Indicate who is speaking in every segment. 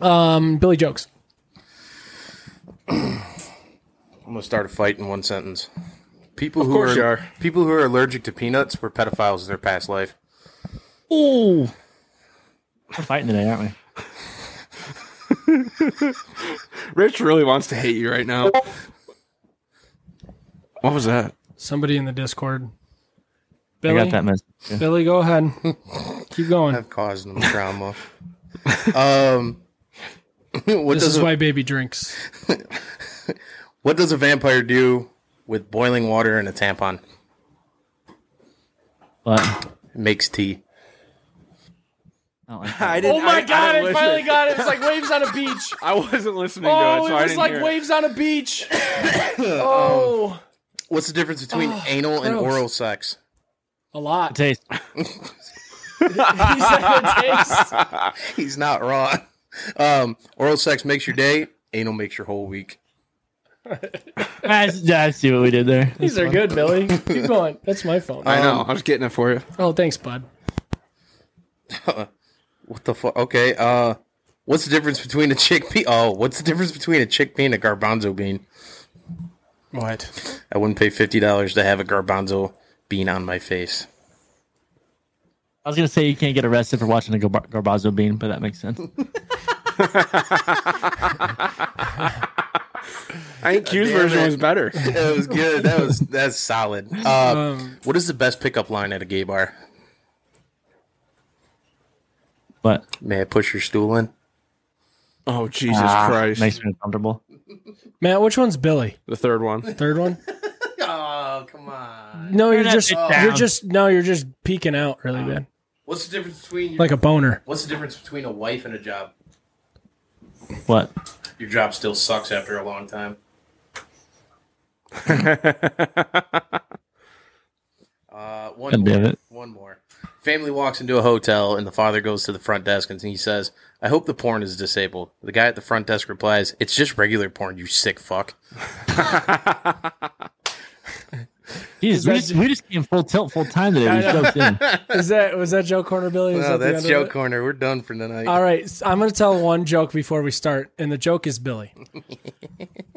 Speaker 1: Um, Billy jokes.
Speaker 2: I'm gonna start a fight in one sentence. People who
Speaker 1: course
Speaker 2: are,
Speaker 1: you are.
Speaker 2: people who are allergic to peanuts were pedophiles in their past life.
Speaker 1: Ooh,
Speaker 3: We're fighting today, aren't we?
Speaker 4: Rich really wants to hate you right now. What was that?
Speaker 1: somebody in the Discord.
Speaker 3: I
Speaker 1: Billy,
Speaker 3: got that message. Yeah.
Speaker 1: Billy, go ahead. Keep going.
Speaker 2: I've caused them trauma. um, what
Speaker 1: This
Speaker 2: does
Speaker 1: is
Speaker 2: a,
Speaker 1: why baby drinks.
Speaker 2: what does a vampire do with boiling water and a tampon?
Speaker 3: But
Speaker 2: It makes tea.
Speaker 3: I don't like
Speaker 4: I
Speaker 3: that.
Speaker 4: didn't,
Speaker 1: Oh I finally got it. It's like waves on a beach.
Speaker 4: I wasn't listening to
Speaker 1: Oh,
Speaker 4: it,
Speaker 1: it
Speaker 4: so I
Speaker 1: was
Speaker 4: didn't
Speaker 1: like
Speaker 4: hear it.
Speaker 1: waves on a beach. oh,
Speaker 2: What's the difference between anal and
Speaker 1: gross.
Speaker 2: oral sex?
Speaker 1: a lot.
Speaker 3: taste.
Speaker 1: He said it tastes-
Speaker 2: He's not wrong. Um, oral sex makes your day. Anal makes your whole week.
Speaker 3: I, s- I see what we did there.
Speaker 1: These are good, Billy. Keep going. That's my phone.
Speaker 4: I know. I was getting it for you.
Speaker 1: oh, thanks, bud.
Speaker 2: What the fuck? Okay. Uh, what's the difference between a chickpea? Oh, what's the difference between a chickpea and a garbanzo bean?
Speaker 1: What?
Speaker 2: I wouldn't pay fifty dollars to have a garbanzo bean on my face.
Speaker 3: I was gonna say you can't get arrested for watching a gar- garbanzo bean, but that makes sense.
Speaker 4: I think Q's version
Speaker 2: it.
Speaker 4: was better.
Speaker 2: That was good. That was that's solid. Uh,
Speaker 1: Um,
Speaker 2: what is the best pickup line at a gay bar?
Speaker 3: But
Speaker 2: May I push your stool in?
Speaker 4: Oh Jesus
Speaker 3: ah,
Speaker 4: Christ!
Speaker 3: makes me uncomfortable.
Speaker 1: Matt, which one's Billy?
Speaker 4: The third one.
Speaker 1: Third one?
Speaker 2: Oh come on!
Speaker 1: No, you're
Speaker 3: that
Speaker 1: just
Speaker 3: bitch down.
Speaker 1: you're just no, you're just peeking out really bad,
Speaker 2: What's the difference between your,
Speaker 1: like a boner.
Speaker 2: What's the difference between a wife and a job?
Speaker 3: What?
Speaker 2: Your job still sucks after a long time. Uh, one
Speaker 3: God damn
Speaker 2: more.
Speaker 3: it.
Speaker 2: One more. Family walks into a hotel and the father goes to the front desk and he says, "I hope the porn is disabled." The guy at the front desk replies, "It's just regular porn, you sick fuck."
Speaker 3: Jesus, we just, we just came full tilt, full time today. We joked in.
Speaker 1: Is that was that Joe Corner Billy? Was
Speaker 2: Oh,
Speaker 1: that the
Speaker 2: that's
Speaker 1: end of
Speaker 2: Joe
Speaker 1: it?
Speaker 2: Corner. We're done for tonight.
Speaker 1: All right, so I'm gonna tell one joke before we start, and the joke is Billy.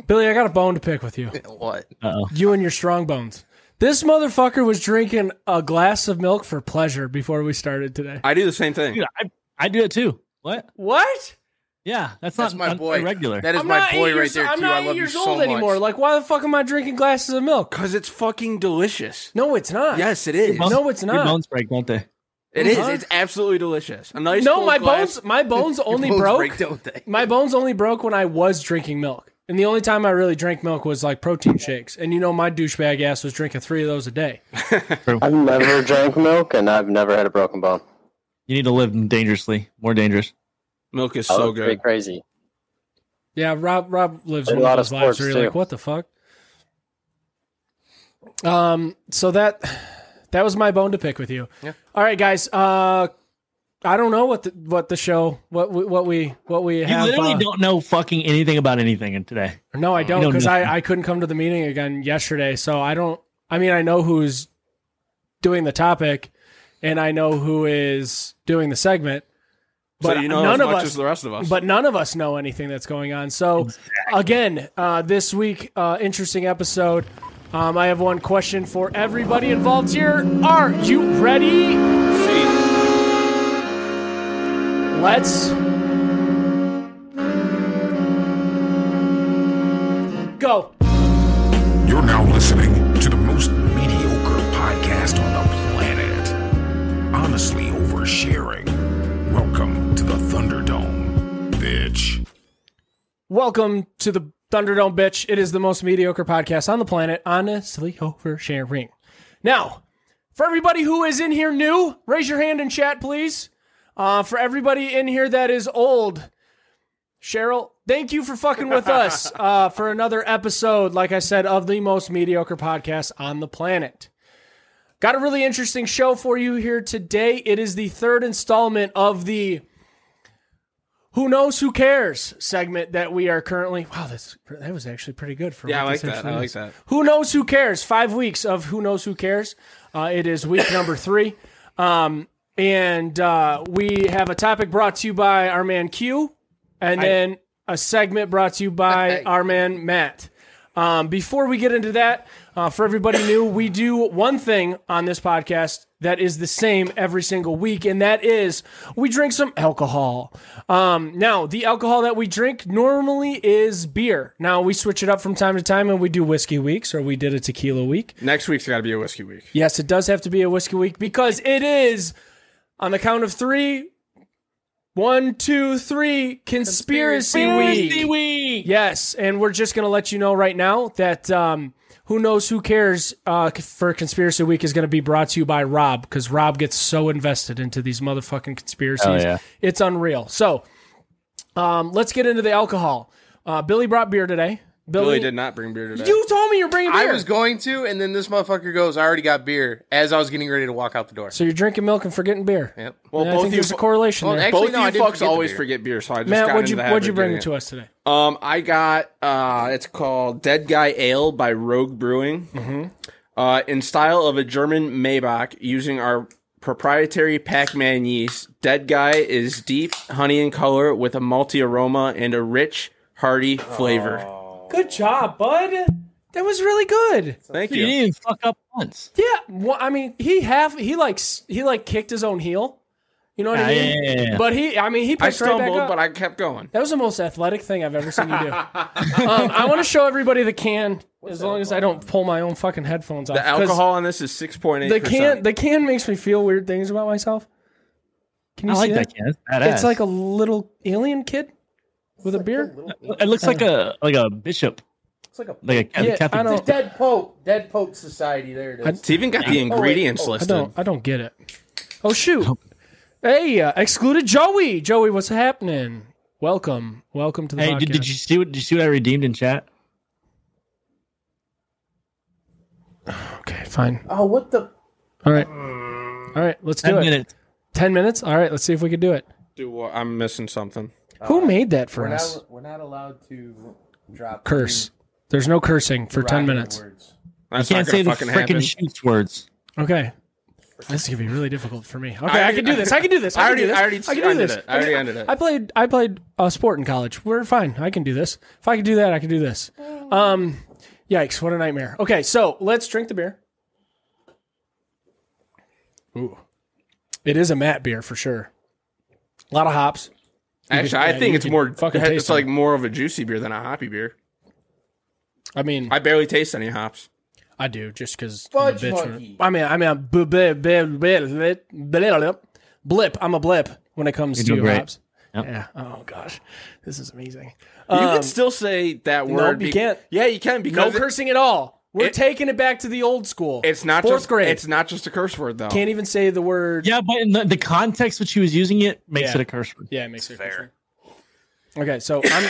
Speaker 1: Billy, I got a bone to pick with you.
Speaker 2: What?
Speaker 1: You and your strong bones. This motherfucker was drinking a glass of milk for pleasure before we started today.
Speaker 4: I do the same thing.
Speaker 3: Dude, I, I do it too. What?
Speaker 1: What?
Speaker 3: Yeah, that's,
Speaker 2: That's
Speaker 3: not
Speaker 2: my
Speaker 3: un-
Speaker 2: boy.
Speaker 3: irregular.
Speaker 2: That is
Speaker 1: I'm
Speaker 2: my
Speaker 1: not eight
Speaker 2: boy right
Speaker 1: years,
Speaker 2: there.
Speaker 1: I'm
Speaker 2: Q.
Speaker 1: not
Speaker 2: I
Speaker 1: eight
Speaker 2: love
Speaker 1: years
Speaker 2: you so
Speaker 1: old anymore.
Speaker 2: Much.
Speaker 1: Like, why the fuck am I drinking glasses of milk?
Speaker 4: Cause it's fucking delicious.
Speaker 1: No, it's not.
Speaker 4: Yes, it is.
Speaker 1: No, it's
Speaker 3: Your
Speaker 1: not.
Speaker 3: bones break, don't they?
Speaker 4: It is.
Speaker 1: Huh?
Speaker 4: It's absolutely delicious. A nice.
Speaker 1: no,
Speaker 4: cold
Speaker 1: my
Speaker 4: glass-
Speaker 1: bones. My bones only
Speaker 2: Bones
Speaker 1: broke.
Speaker 2: break, don't they?
Speaker 1: my bones only broke when I was drinking milk. And the only time I really drank milk was like protein shakes. And you know, my douchebag ass was drinking three of those a day.
Speaker 5: I've never drank milk and I've never had a broken bone.
Speaker 3: You need to live dangerously, more dangerous.
Speaker 4: Milk is
Speaker 5: I
Speaker 4: so
Speaker 5: was pretty
Speaker 4: good.
Speaker 5: crazy.
Speaker 1: Yeah, Rob Rob lives
Speaker 5: Played
Speaker 1: one of
Speaker 5: a lot
Speaker 1: those
Speaker 5: of
Speaker 1: lives
Speaker 5: sports,
Speaker 1: where you're
Speaker 5: too.
Speaker 1: like, what the fuck? Um, so that that was my bone to pick with you. Yeah. All right, guys. Uh, I don't know what the what the show what we, what we what we
Speaker 3: You
Speaker 1: have.
Speaker 3: literally
Speaker 1: uh,
Speaker 3: don't know fucking anything about anything in today.
Speaker 1: No, I don't
Speaker 3: know
Speaker 1: because
Speaker 3: nothing.
Speaker 1: I, I couldn't come to the meeting again yesterday. So I don't. I mean, I know who's doing the topic, and I know who is doing the segment. But
Speaker 4: so you know
Speaker 1: none
Speaker 4: as
Speaker 1: of
Speaker 4: much
Speaker 1: us.
Speaker 4: as the rest of us.
Speaker 1: but none of us know anything that's going on. So, again, uh, this week, uh, interesting episode. Um, I have one question for everybody involved here. Are you ready? Let's go.
Speaker 6: You're now listening to the most mediocre podcast on the planet. Honestly oversharing. Welcome to the Thunderdome, bitch.
Speaker 1: Welcome to the Thunderdome, bitch. It is the most mediocre podcast on the planet, honestly oversharing. Now, for everybody who is in here new, raise your hand in chat, please. Uh, for everybody in here that is old, Cheryl, thank you for fucking with us uh, for another episode, like I said, of the most mediocre podcast on the planet. Got a really interesting show for you here today. It is the third installment of the who knows who cares segment that we are currently wow that's that was actually pretty good for
Speaker 4: yeah, I
Speaker 1: what
Speaker 4: like
Speaker 1: this
Speaker 4: that.
Speaker 1: actually
Speaker 4: I
Speaker 1: is.
Speaker 4: like that.
Speaker 1: Who knows who cares? Five weeks of who knows who cares. Uh, it is week number three, um, and uh, we have a topic brought to you by our man Q. and then a segment brought to you by our man Matt. Um, before we get into that, uh, for everybody new, we do one thing on this podcast that is the same every single week, and that is we drink some alcohol. Um, now, the alcohol that we drink normally is beer. Now, we switch it up from time to time and we do whiskey weeks or we did a tequila week.
Speaker 4: Next week's got to be a whiskey week.
Speaker 1: Yes, it does have to be a whiskey week because it is on the count of three. One, two, three, conspiracy, week. Yes, and we're just going to let you know right now that um, who knows who cares uh, for conspiracy week is going to be brought to you by Rob because Rob gets so invested into these motherfucking conspiracies.
Speaker 3: Oh, yeah.
Speaker 1: It's unreal. So um, let's get into the alcohol. Uh, Billy brought beer today. Billy,
Speaker 4: Billy did not bring beer today.
Speaker 1: You told me you're bringing
Speaker 2: I
Speaker 1: beer.
Speaker 2: was going to, and then this motherfucker goes, I already got beer as I was getting ready to walk out the door.
Speaker 1: so you're drinking milk and forgetting beer.
Speaker 2: Yep.
Speaker 4: well,
Speaker 1: I
Speaker 4: both
Speaker 1: think
Speaker 4: of you,
Speaker 1: there's a correlation
Speaker 2: well,
Speaker 1: there.
Speaker 2: actually-
Speaker 4: both
Speaker 2: no, I
Speaker 4: of you
Speaker 2: didn't
Speaker 4: fucks
Speaker 2: forget the
Speaker 4: always
Speaker 2: beer.
Speaker 4: forget beer, so I just
Speaker 1: Matt,
Speaker 4: got
Speaker 1: what'd
Speaker 4: into
Speaker 1: you
Speaker 4: the habit
Speaker 1: what'd you
Speaker 4: of
Speaker 1: bring
Speaker 4: doing
Speaker 1: it to us today?
Speaker 4: Um, I got uh, it's called Dead Guy Ale by Rogue Brewing, mm-hmm. uh, in style of a German Maybach, using our proprietary Pac-Man yeast. Dead Guy is deep honey in color with a malty aroma and a rich, hearty flavor.
Speaker 1: Good job, bud. That was really good.
Speaker 4: Thank
Speaker 3: You
Speaker 4: you.
Speaker 3: didn't even fuck up once.
Speaker 1: Yeah, well, I mean, he half he like s- he like kicked his own heel. You know what I
Speaker 3: Yeah,
Speaker 1: mean?
Speaker 3: yeah, yeah, yeah.
Speaker 1: But he, I mean, he
Speaker 4: I
Speaker 1: picked right back
Speaker 4: stumbled,
Speaker 1: up.
Speaker 4: but I kept going.
Speaker 1: that was the most athletic thing I've ever seen you do. um, I want to show everybody the can, as long as I don't pull my own fucking headphones off.
Speaker 4: The
Speaker 1: Uh, 'cause
Speaker 4: alcohol on this is six point eight.
Speaker 1: the can, the can makes me feel weird things about myself. Can
Speaker 3: I
Speaker 1: you see
Speaker 3: like
Speaker 1: that?
Speaker 3: that can. It's badass.
Speaker 1: It's like a little alien kid with a beer.
Speaker 3: It looks like a like a bishop.
Speaker 2: It's like a
Speaker 3: Like a Catholic.
Speaker 1: Yeah, I don't-
Speaker 2: dead pope, dead pope society. There it is.
Speaker 4: It's even got the ingredients
Speaker 1: Oh, I
Speaker 4: listed.
Speaker 1: don't. I don't get it. Oh shoot! Hey, uh, excluded Joey. Joey, what's happening? Welcome, welcome to the
Speaker 3: Hey,
Speaker 1: podcast.
Speaker 3: did, did you see what did you see what I redeemed in chat?
Speaker 1: Okay, fine.
Speaker 2: Oh, what the?
Speaker 1: All right, all right. Let's do
Speaker 3: Ten
Speaker 1: it.
Speaker 3: minutes.
Speaker 1: Ten minutes. All right. Let's see if we can do it.
Speaker 4: Do what- I'm missing something.
Speaker 1: Who made that for us?
Speaker 2: we're not allowed to drop
Speaker 1: Curse. There's no cursing for ten minutes.
Speaker 2: Words.
Speaker 4: That's
Speaker 3: you can't
Speaker 4: not gonna
Speaker 3: say the
Speaker 4: fucking happen.
Speaker 3: freaking shoots words.
Speaker 1: Okay. This is gonna be really difficult for me. Okay, I,
Speaker 4: already-
Speaker 1: can do this. I can do this. I,
Speaker 4: I
Speaker 1: can do
Speaker 4: already,
Speaker 1: this.
Speaker 4: I already,
Speaker 1: I can do
Speaker 4: ended
Speaker 1: this.
Speaker 4: it. I already ended it.
Speaker 1: I played I played uh, sport in college. We're fine. I can do this. If I can do that, I can do this. Um, yikes! What a nightmare. Okay, so let's drink the beer. Ooh, it is a matte beer for sure. A lot of hops.
Speaker 4: Actually,
Speaker 1: yeah,
Speaker 4: I
Speaker 1: you
Speaker 4: think it's
Speaker 1: can
Speaker 4: more.
Speaker 1: fucking
Speaker 4: it's
Speaker 1: taste
Speaker 4: like
Speaker 1: them.
Speaker 4: more of a juicy beer than a hoppy beer.
Speaker 1: I mean, I,
Speaker 4: I barely taste any hops.
Speaker 1: do just because.
Speaker 2: Fudge monkey.
Speaker 1: I mean, I mean, I'm bu- bu- bu- bu- bu- blip. I'm a blip when it comes
Speaker 3: doing
Speaker 1: to
Speaker 3: great.
Speaker 1: hops. Yeah. Oh gosh, this is amazing.
Speaker 4: you
Speaker 1: Um,
Speaker 4: can still say that word.
Speaker 1: you can't.
Speaker 4: Yeah, you can
Speaker 1: no
Speaker 4: because it-
Speaker 1: cursing at all. We're
Speaker 4: it-
Speaker 1: taking it back to the old school.
Speaker 4: it's not
Speaker 1: fourth
Speaker 4: just,
Speaker 1: grade.
Speaker 4: It's not just a curse word though.
Speaker 1: Can't even say the word.
Speaker 3: Yeah, but in the, the context which he was using it makes
Speaker 1: Yeah.
Speaker 3: it a curse word.
Speaker 1: Yeah, it makes it fair. Okay, so I'm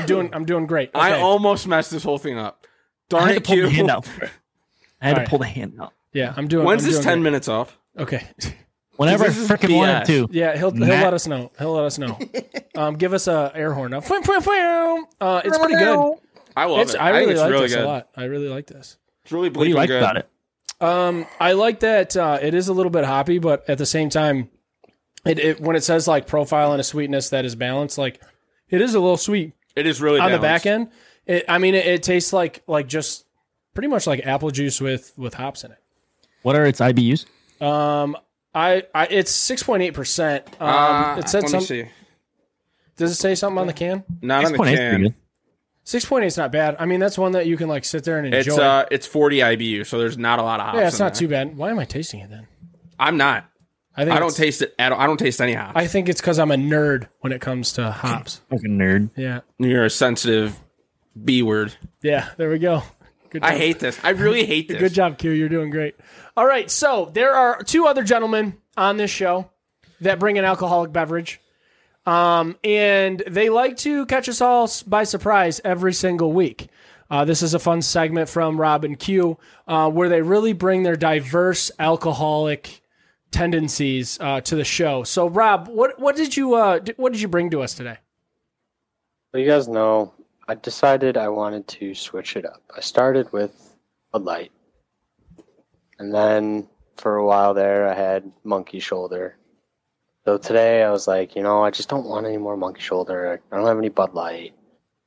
Speaker 1: I'm doing I'm doing great. Okay.
Speaker 4: I almost messed this whole thing up.
Speaker 3: I
Speaker 4: Darn
Speaker 3: had to
Speaker 4: it,
Speaker 3: pull
Speaker 4: Q.
Speaker 3: the hand out. I had
Speaker 1: Alright.
Speaker 3: to pull the hand out.
Speaker 1: yeah, I'm doing.
Speaker 4: When's
Speaker 1: I'm
Speaker 4: this
Speaker 1: doing
Speaker 4: ten
Speaker 1: great.
Speaker 4: minutes off?
Speaker 1: Okay.
Speaker 3: Whenever I
Speaker 4: This is
Speaker 3: freaking wanted
Speaker 4: BS.
Speaker 3: to.
Speaker 1: Yeah, he'll he'll
Speaker 3: Matt-
Speaker 1: let us know. He'll let us know. um, give us a air horn. Now, Uh, it's pretty good.
Speaker 4: I love
Speaker 1: It's
Speaker 4: it.
Speaker 1: I
Speaker 4: think
Speaker 1: really
Speaker 4: it's
Speaker 1: like
Speaker 4: really
Speaker 1: this
Speaker 4: good.
Speaker 1: a lot. I really like this.
Speaker 4: It's really
Speaker 3: What do you like
Speaker 4: good.
Speaker 3: about it?
Speaker 1: Um, I like that uh, it is a little bit hoppy, but at the same time, it, it when it says like profile and a sweetness that is balanced, like it is a little sweet.
Speaker 4: It is really
Speaker 1: on the
Speaker 4: balanced.
Speaker 1: back end. It, I mean, it, it tastes like like just pretty much like apple juice with with hops in it.
Speaker 3: What are its IBUs?
Speaker 1: Um, I, I it's six point eight percent. Um,
Speaker 4: Uh,
Speaker 1: it said
Speaker 4: let
Speaker 1: some.
Speaker 4: me see.
Speaker 1: Does it say something on the can?
Speaker 4: Not on the
Speaker 3: 6.8 is pretty
Speaker 4: can.
Speaker 3: good.
Speaker 1: Six point eight is not bad. I mean, that's one that you can like sit there and enjoy.
Speaker 4: It's uh, it's forty IBU, so there's not a lot of hops.
Speaker 1: yeah, it's
Speaker 4: in
Speaker 1: not
Speaker 4: there.
Speaker 1: too bad. Why am I tasting it then?
Speaker 4: I'm not.
Speaker 1: I think
Speaker 4: I don't
Speaker 1: it's-
Speaker 4: taste it at all. I don't taste any hops.
Speaker 1: I think it's because I'm a nerd when it comes to hops.
Speaker 3: Fucking nerd.
Speaker 1: Yeah,
Speaker 4: You're a sensitive B word.
Speaker 1: yeah. There we go. Good
Speaker 4: I
Speaker 1: job.
Speaker 4: hate this. I really hate this.
Speaker 1: Good job, Q. You're doing great. All right, so there are two other gentlemen on this show that bring an alcoholic beverage, um, and they like to catch us all s- by surprise every single week. Uh, this is a fun segment from Rob and Q, uh, where they really bring their diverse alcoholic tendencies uh, to the show. So, Rob, what what did you uh, d- what did you bring to us today?
Speaker 5: But you guys know, I decided I wanted to switch it up. I started with a light. And then for a while there, I had monkey shoulder. So today I was like, you know, I just don't want any more monkey shoulder. I don't have any Bud Light.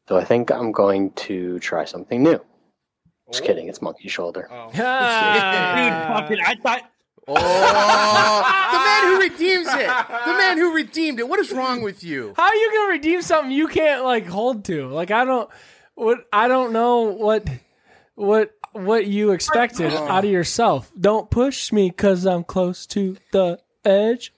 Speaker 5: So I think I'm going to try something new. Just kidding, it's monkey shoulder.
Speaker 4: Oh.
Speaker 3: Dude, fucking, I thought
Speaker 2: Oh, the man who redeems it. The man who redeemed it. What is wrong with you?
Speaker 1: How are you gonna redeem something you can't like hold to? Like I don't what I don't know what what what you expected out of yourself. Don't push me because I'm close to the edge.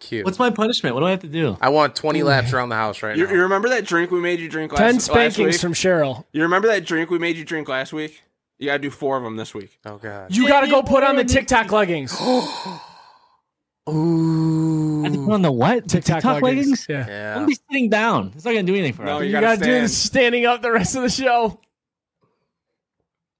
Speaker 2: Cute.
Speaker 3: What's my punishment? What do I have to do?
Speaker 2: I want 20 laps around the house right
Speaker 4: You,
Speaker 2: now.
Speaker 4: you remember that drink we made you drink last,
Speaker 1: Ten
Speaker 4: last week?
Speaker 1: spankings from Cheryl.
Speaker 4: you remember that drink we made you drink last week? You gotta do four of them this week.
Speaker 2: oh, God.
Speaker 1: You gotta go put on the TikTok leggings.
Speaker 4: Oh,
Speaker 3: I
Speaker 4: Mm.
Speaker 3: have to put on the what? The TikTok, leggings?
Speaker 1: Yeah.
Speaker 3: I'm
Speaker 2: Yeah.
Speaker 3: gonna be sitting down. It's not gonna do anything for
Speaker 4: No,
Speaker 3: us.
Speaker 4: you
Speaker 1: You
Speaker 4: gotta
Speaker 1: gotta, do
Speaker 4: stand.
Speaker 1: this standing up the rest of the show.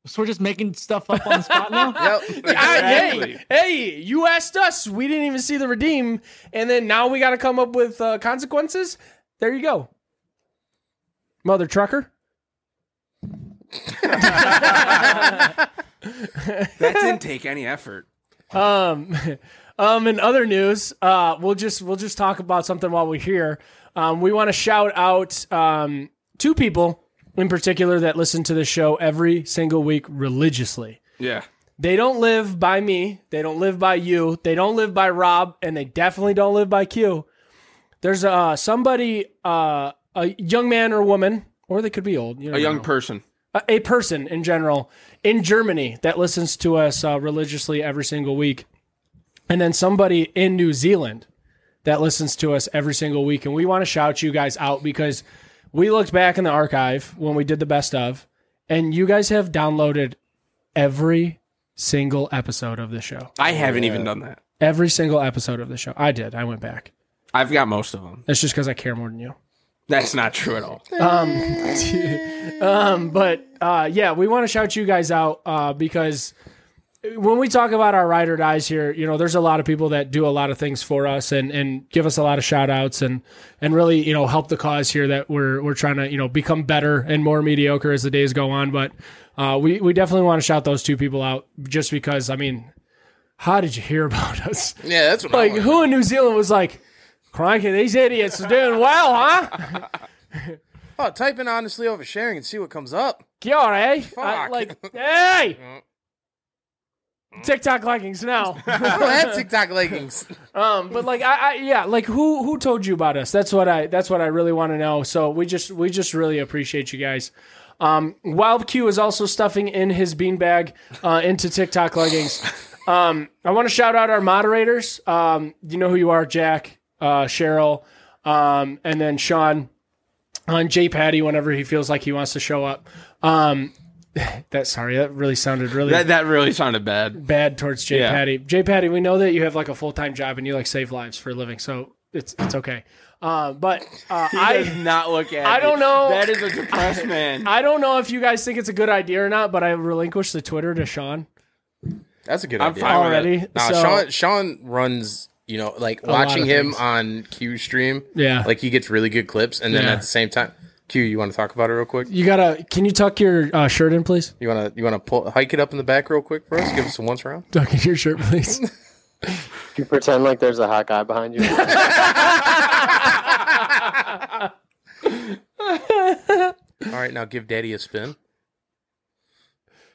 Speaker 3: So we're just making stuff up on the spot now.
Speaker 2: Yep.
Speaker 1: Ah,
Speaker 4: Exactly.
Speaker 1: hey, hey, you asked us. We didn't even see the redeem, and then now we got to come up with uh, consequences. There you go, mother trucker.
Speaker 4: That didn't take any effort.
Speaker 1: Um, um, in other news, uh, we'll just we'll just talk about something while we're here. Um, we want to shout out um, two people in particular that listen to the show every single week religiously.
Speaker 4: Yeah.
Speaker 1: They don't live by me. They don't live by you. They don't live by Rob, and they definitely don't live by Q. There's uh, somebody, uh, a young man or woman, or they could be old. You
Speaker 4: A young
Speaker 1: person
Speaker 4: person.
Speaker 1: a- Uh, a person in general in Germany that listens to us uh, religiously every single week, and then somebody in New Zealand that listens to us every single week. And we want to shout you guys out because we looked back in the archive when we did the best of, and you guys have downloaded every single episode of the show.
Speaker 4: I haven't even done that.
Speaker 1: Every single episode of the show. I did. I went back.
Speaker 4: I've got most of them.
Speaker 1: That's just because I care more than you.
Speaker 4: That's not true at all.
Speaker 1: um, um, but uh, yeah, we want to shout you guys out uh, because when we talk about our ride or dies here, you know, there's a lot of people that do a lot of things for us and and give us a lot of shout outs and and really you know help the cause here that we're we're trying to you know become better and more mediocre as the days go on. But uh, we we definitely want to shout those two people out just because I mean, how did you hear about us?
Speaker 2: Yeah, that's what
Speaker 1: Like
Speaker 2: I want.
Speaker 1: who in New Zealand was like, crikey, these idiots are doing well, huh?
Speaker 2: Oh, type in honestly over sharing and see what comes up.
Speaker 1: Kia ora, eh? I,
Speaker 2: Fuck.
Speaker 1: like, hey! TikTok leggings now.
Speaker 2: I don't have Oh, TikTok leggings.
Speaker 1: um, but like, I, I, yeah, like who who told you about us? That's what I that's what I really want to know. So we just we just really appreciate you guys. Um, Wild Q is also stuffing in his beanbag uh, into TikTok leggings. Um, I want to shout out our moderators. Um, you know who you are, Jack, uh, Cheryl, um, and then Sean on J Patty whenever he feels like he wants to show up. Um, that sorry, that really sounded really
Speaker 4: That that really sounded bad.
Speaker 1: bad towards J
Speaker 4: Yeah.
Speaker 1: Patty. J Patty, we know that you have like a full time job and you like save lives for a living, so it's it's okay. Uh, but uh,
Speaker 4: I
Speaker 1: I
Speaker 4: does not look at.
Speaker 1: I
Speaker 4: me.
Speaker 1: don't know.
Speaker 4: That is a depressed man.
Speaker 1: I don't know if you guys think it's a good idea or not, but I relinquished the Twitter to Sean.
Speaker 2: That's a good
Speaker 4: I'm
Speaker 2: idea.
Speaker 4: fine with
Speaker 1: Already,
Speaker 2: Nah,
Speaker 1: so-
Speaker 2: Sean Sean runs. You know, like
Speaker 1: lot
Speaker 2: watching
Speaker 1: of
Speaker 2: him
Speaker 1: things.
Speaker 2: on Q stream.
Speaker 1: Yeah.
Speaker 2: like he gets really good clips, and then
Speaker 1: Yeah.
Speaker 2: at the same time, Q, you want to talk about it real quick?
Speaker 1: You gotta. Can you tuck your uh, shirt in, please?
Speaker 2: You want to you want to pull hike it up in the back real quick for us? Give us a once round.
Speaker 1: Tuck in your shirt, please.
Speaker 5: You pretend like there's a hot guy behind you.
Speaker 2: All right, now give Daddy a spin.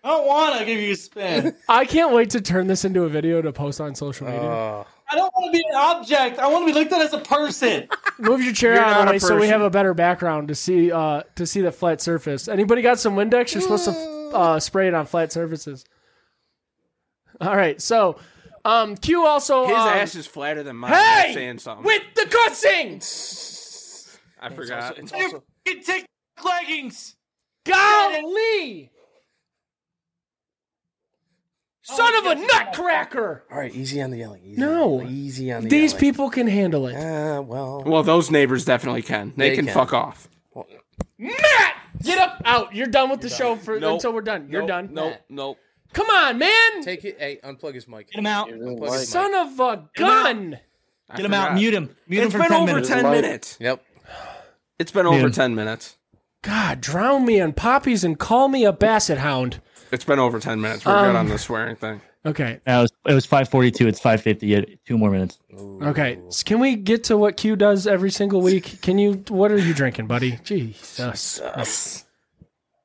Speaker 3: I don't want to give you a spin.
Speaker 1: I can't wait to turn this into a video to post on social media.
Speaker 2: Oh,
Speaker 3: I don't want to be an object. I want to be looked at as a person.
Speaker 1: Move your chair
Speaker 4: You're
Speaker 1: out of
Speaker 4: not
Speaker 1: the
Speaker 4: a
Speaker 1: way so we
Speaker 4: person.
Speaker 1: have a better background to see uh, to see the flat surface. Anybody got some Windex? You're supposed to uh, spray it on flat surfaces. All right, so um, Q also
Speaker 4: His
Speaker 1: um,
Speaker 4: ass is flatter than mine.
Speaker 1: Hey!
Speaker 4: I'm saying something.
Speaker 1: with the cussing.
Speaker 4: I forgot.
Speaker 3: TikTok leggings.
Speaker 1: Golly, son of a nutcracker!
Speaker 2: all right, easy on the yelling. Easy
Speaker 1: No.
Speaker 2: on the- easy on the
Speaker 1: These
Speaker 2: yelling.
Speaker 1: people can handle it.
Speaker 2: Uh, well,
Speaker 4: well, those neighbors definitely can. They,
Speaker 2: They
Speaker 4: can,
Speaker 2: can.
Speaker 4: fuck off.
Speaker 1: Matt, get up out. You're done with the show for
Speaker 4: Nope.
Speaker 1: until we're done. You're done.
Speaker 4: Nope. Nope.
Speaker 1: Come on, man.
Speaker 2: take it. Hey, unplug his mic.
Speaker 3: Get him out.
Speaker 2: Unplug his mic.
Speaker 1: Son of a gun.
Speaker 4: I
Speaker 3: Get him out.
Speaker 4: forgot.
Speaker 3: Mute him. Mute
Speaker 4: It's
Speaker 3: him for
Speaker 4: been
Speaker 3: 10
Speaker 4: over
Speaker 3: minutes.
Speaker 4: ten
Speaker 5: Mike.
Speaker 4: minutes.
Speaker 2: Yep.
Speaker 4: It's been over
Speaker 3: Dude.
Speaker 4: ten minutes.
Speaker 1: God, drown me in poppies and call me a basset hound. Um,
Speaker 4: It's been over ten minutes. We're good on the swearing thing.
Speaker 1: Okay.
Speaker 3: Now it was, it was 5:42. It's 5:50. You had two more minutes.
Speaker 1: Okay. So can we get to what Q does every single week? Can you? What are you drinking, buddy? Jesus.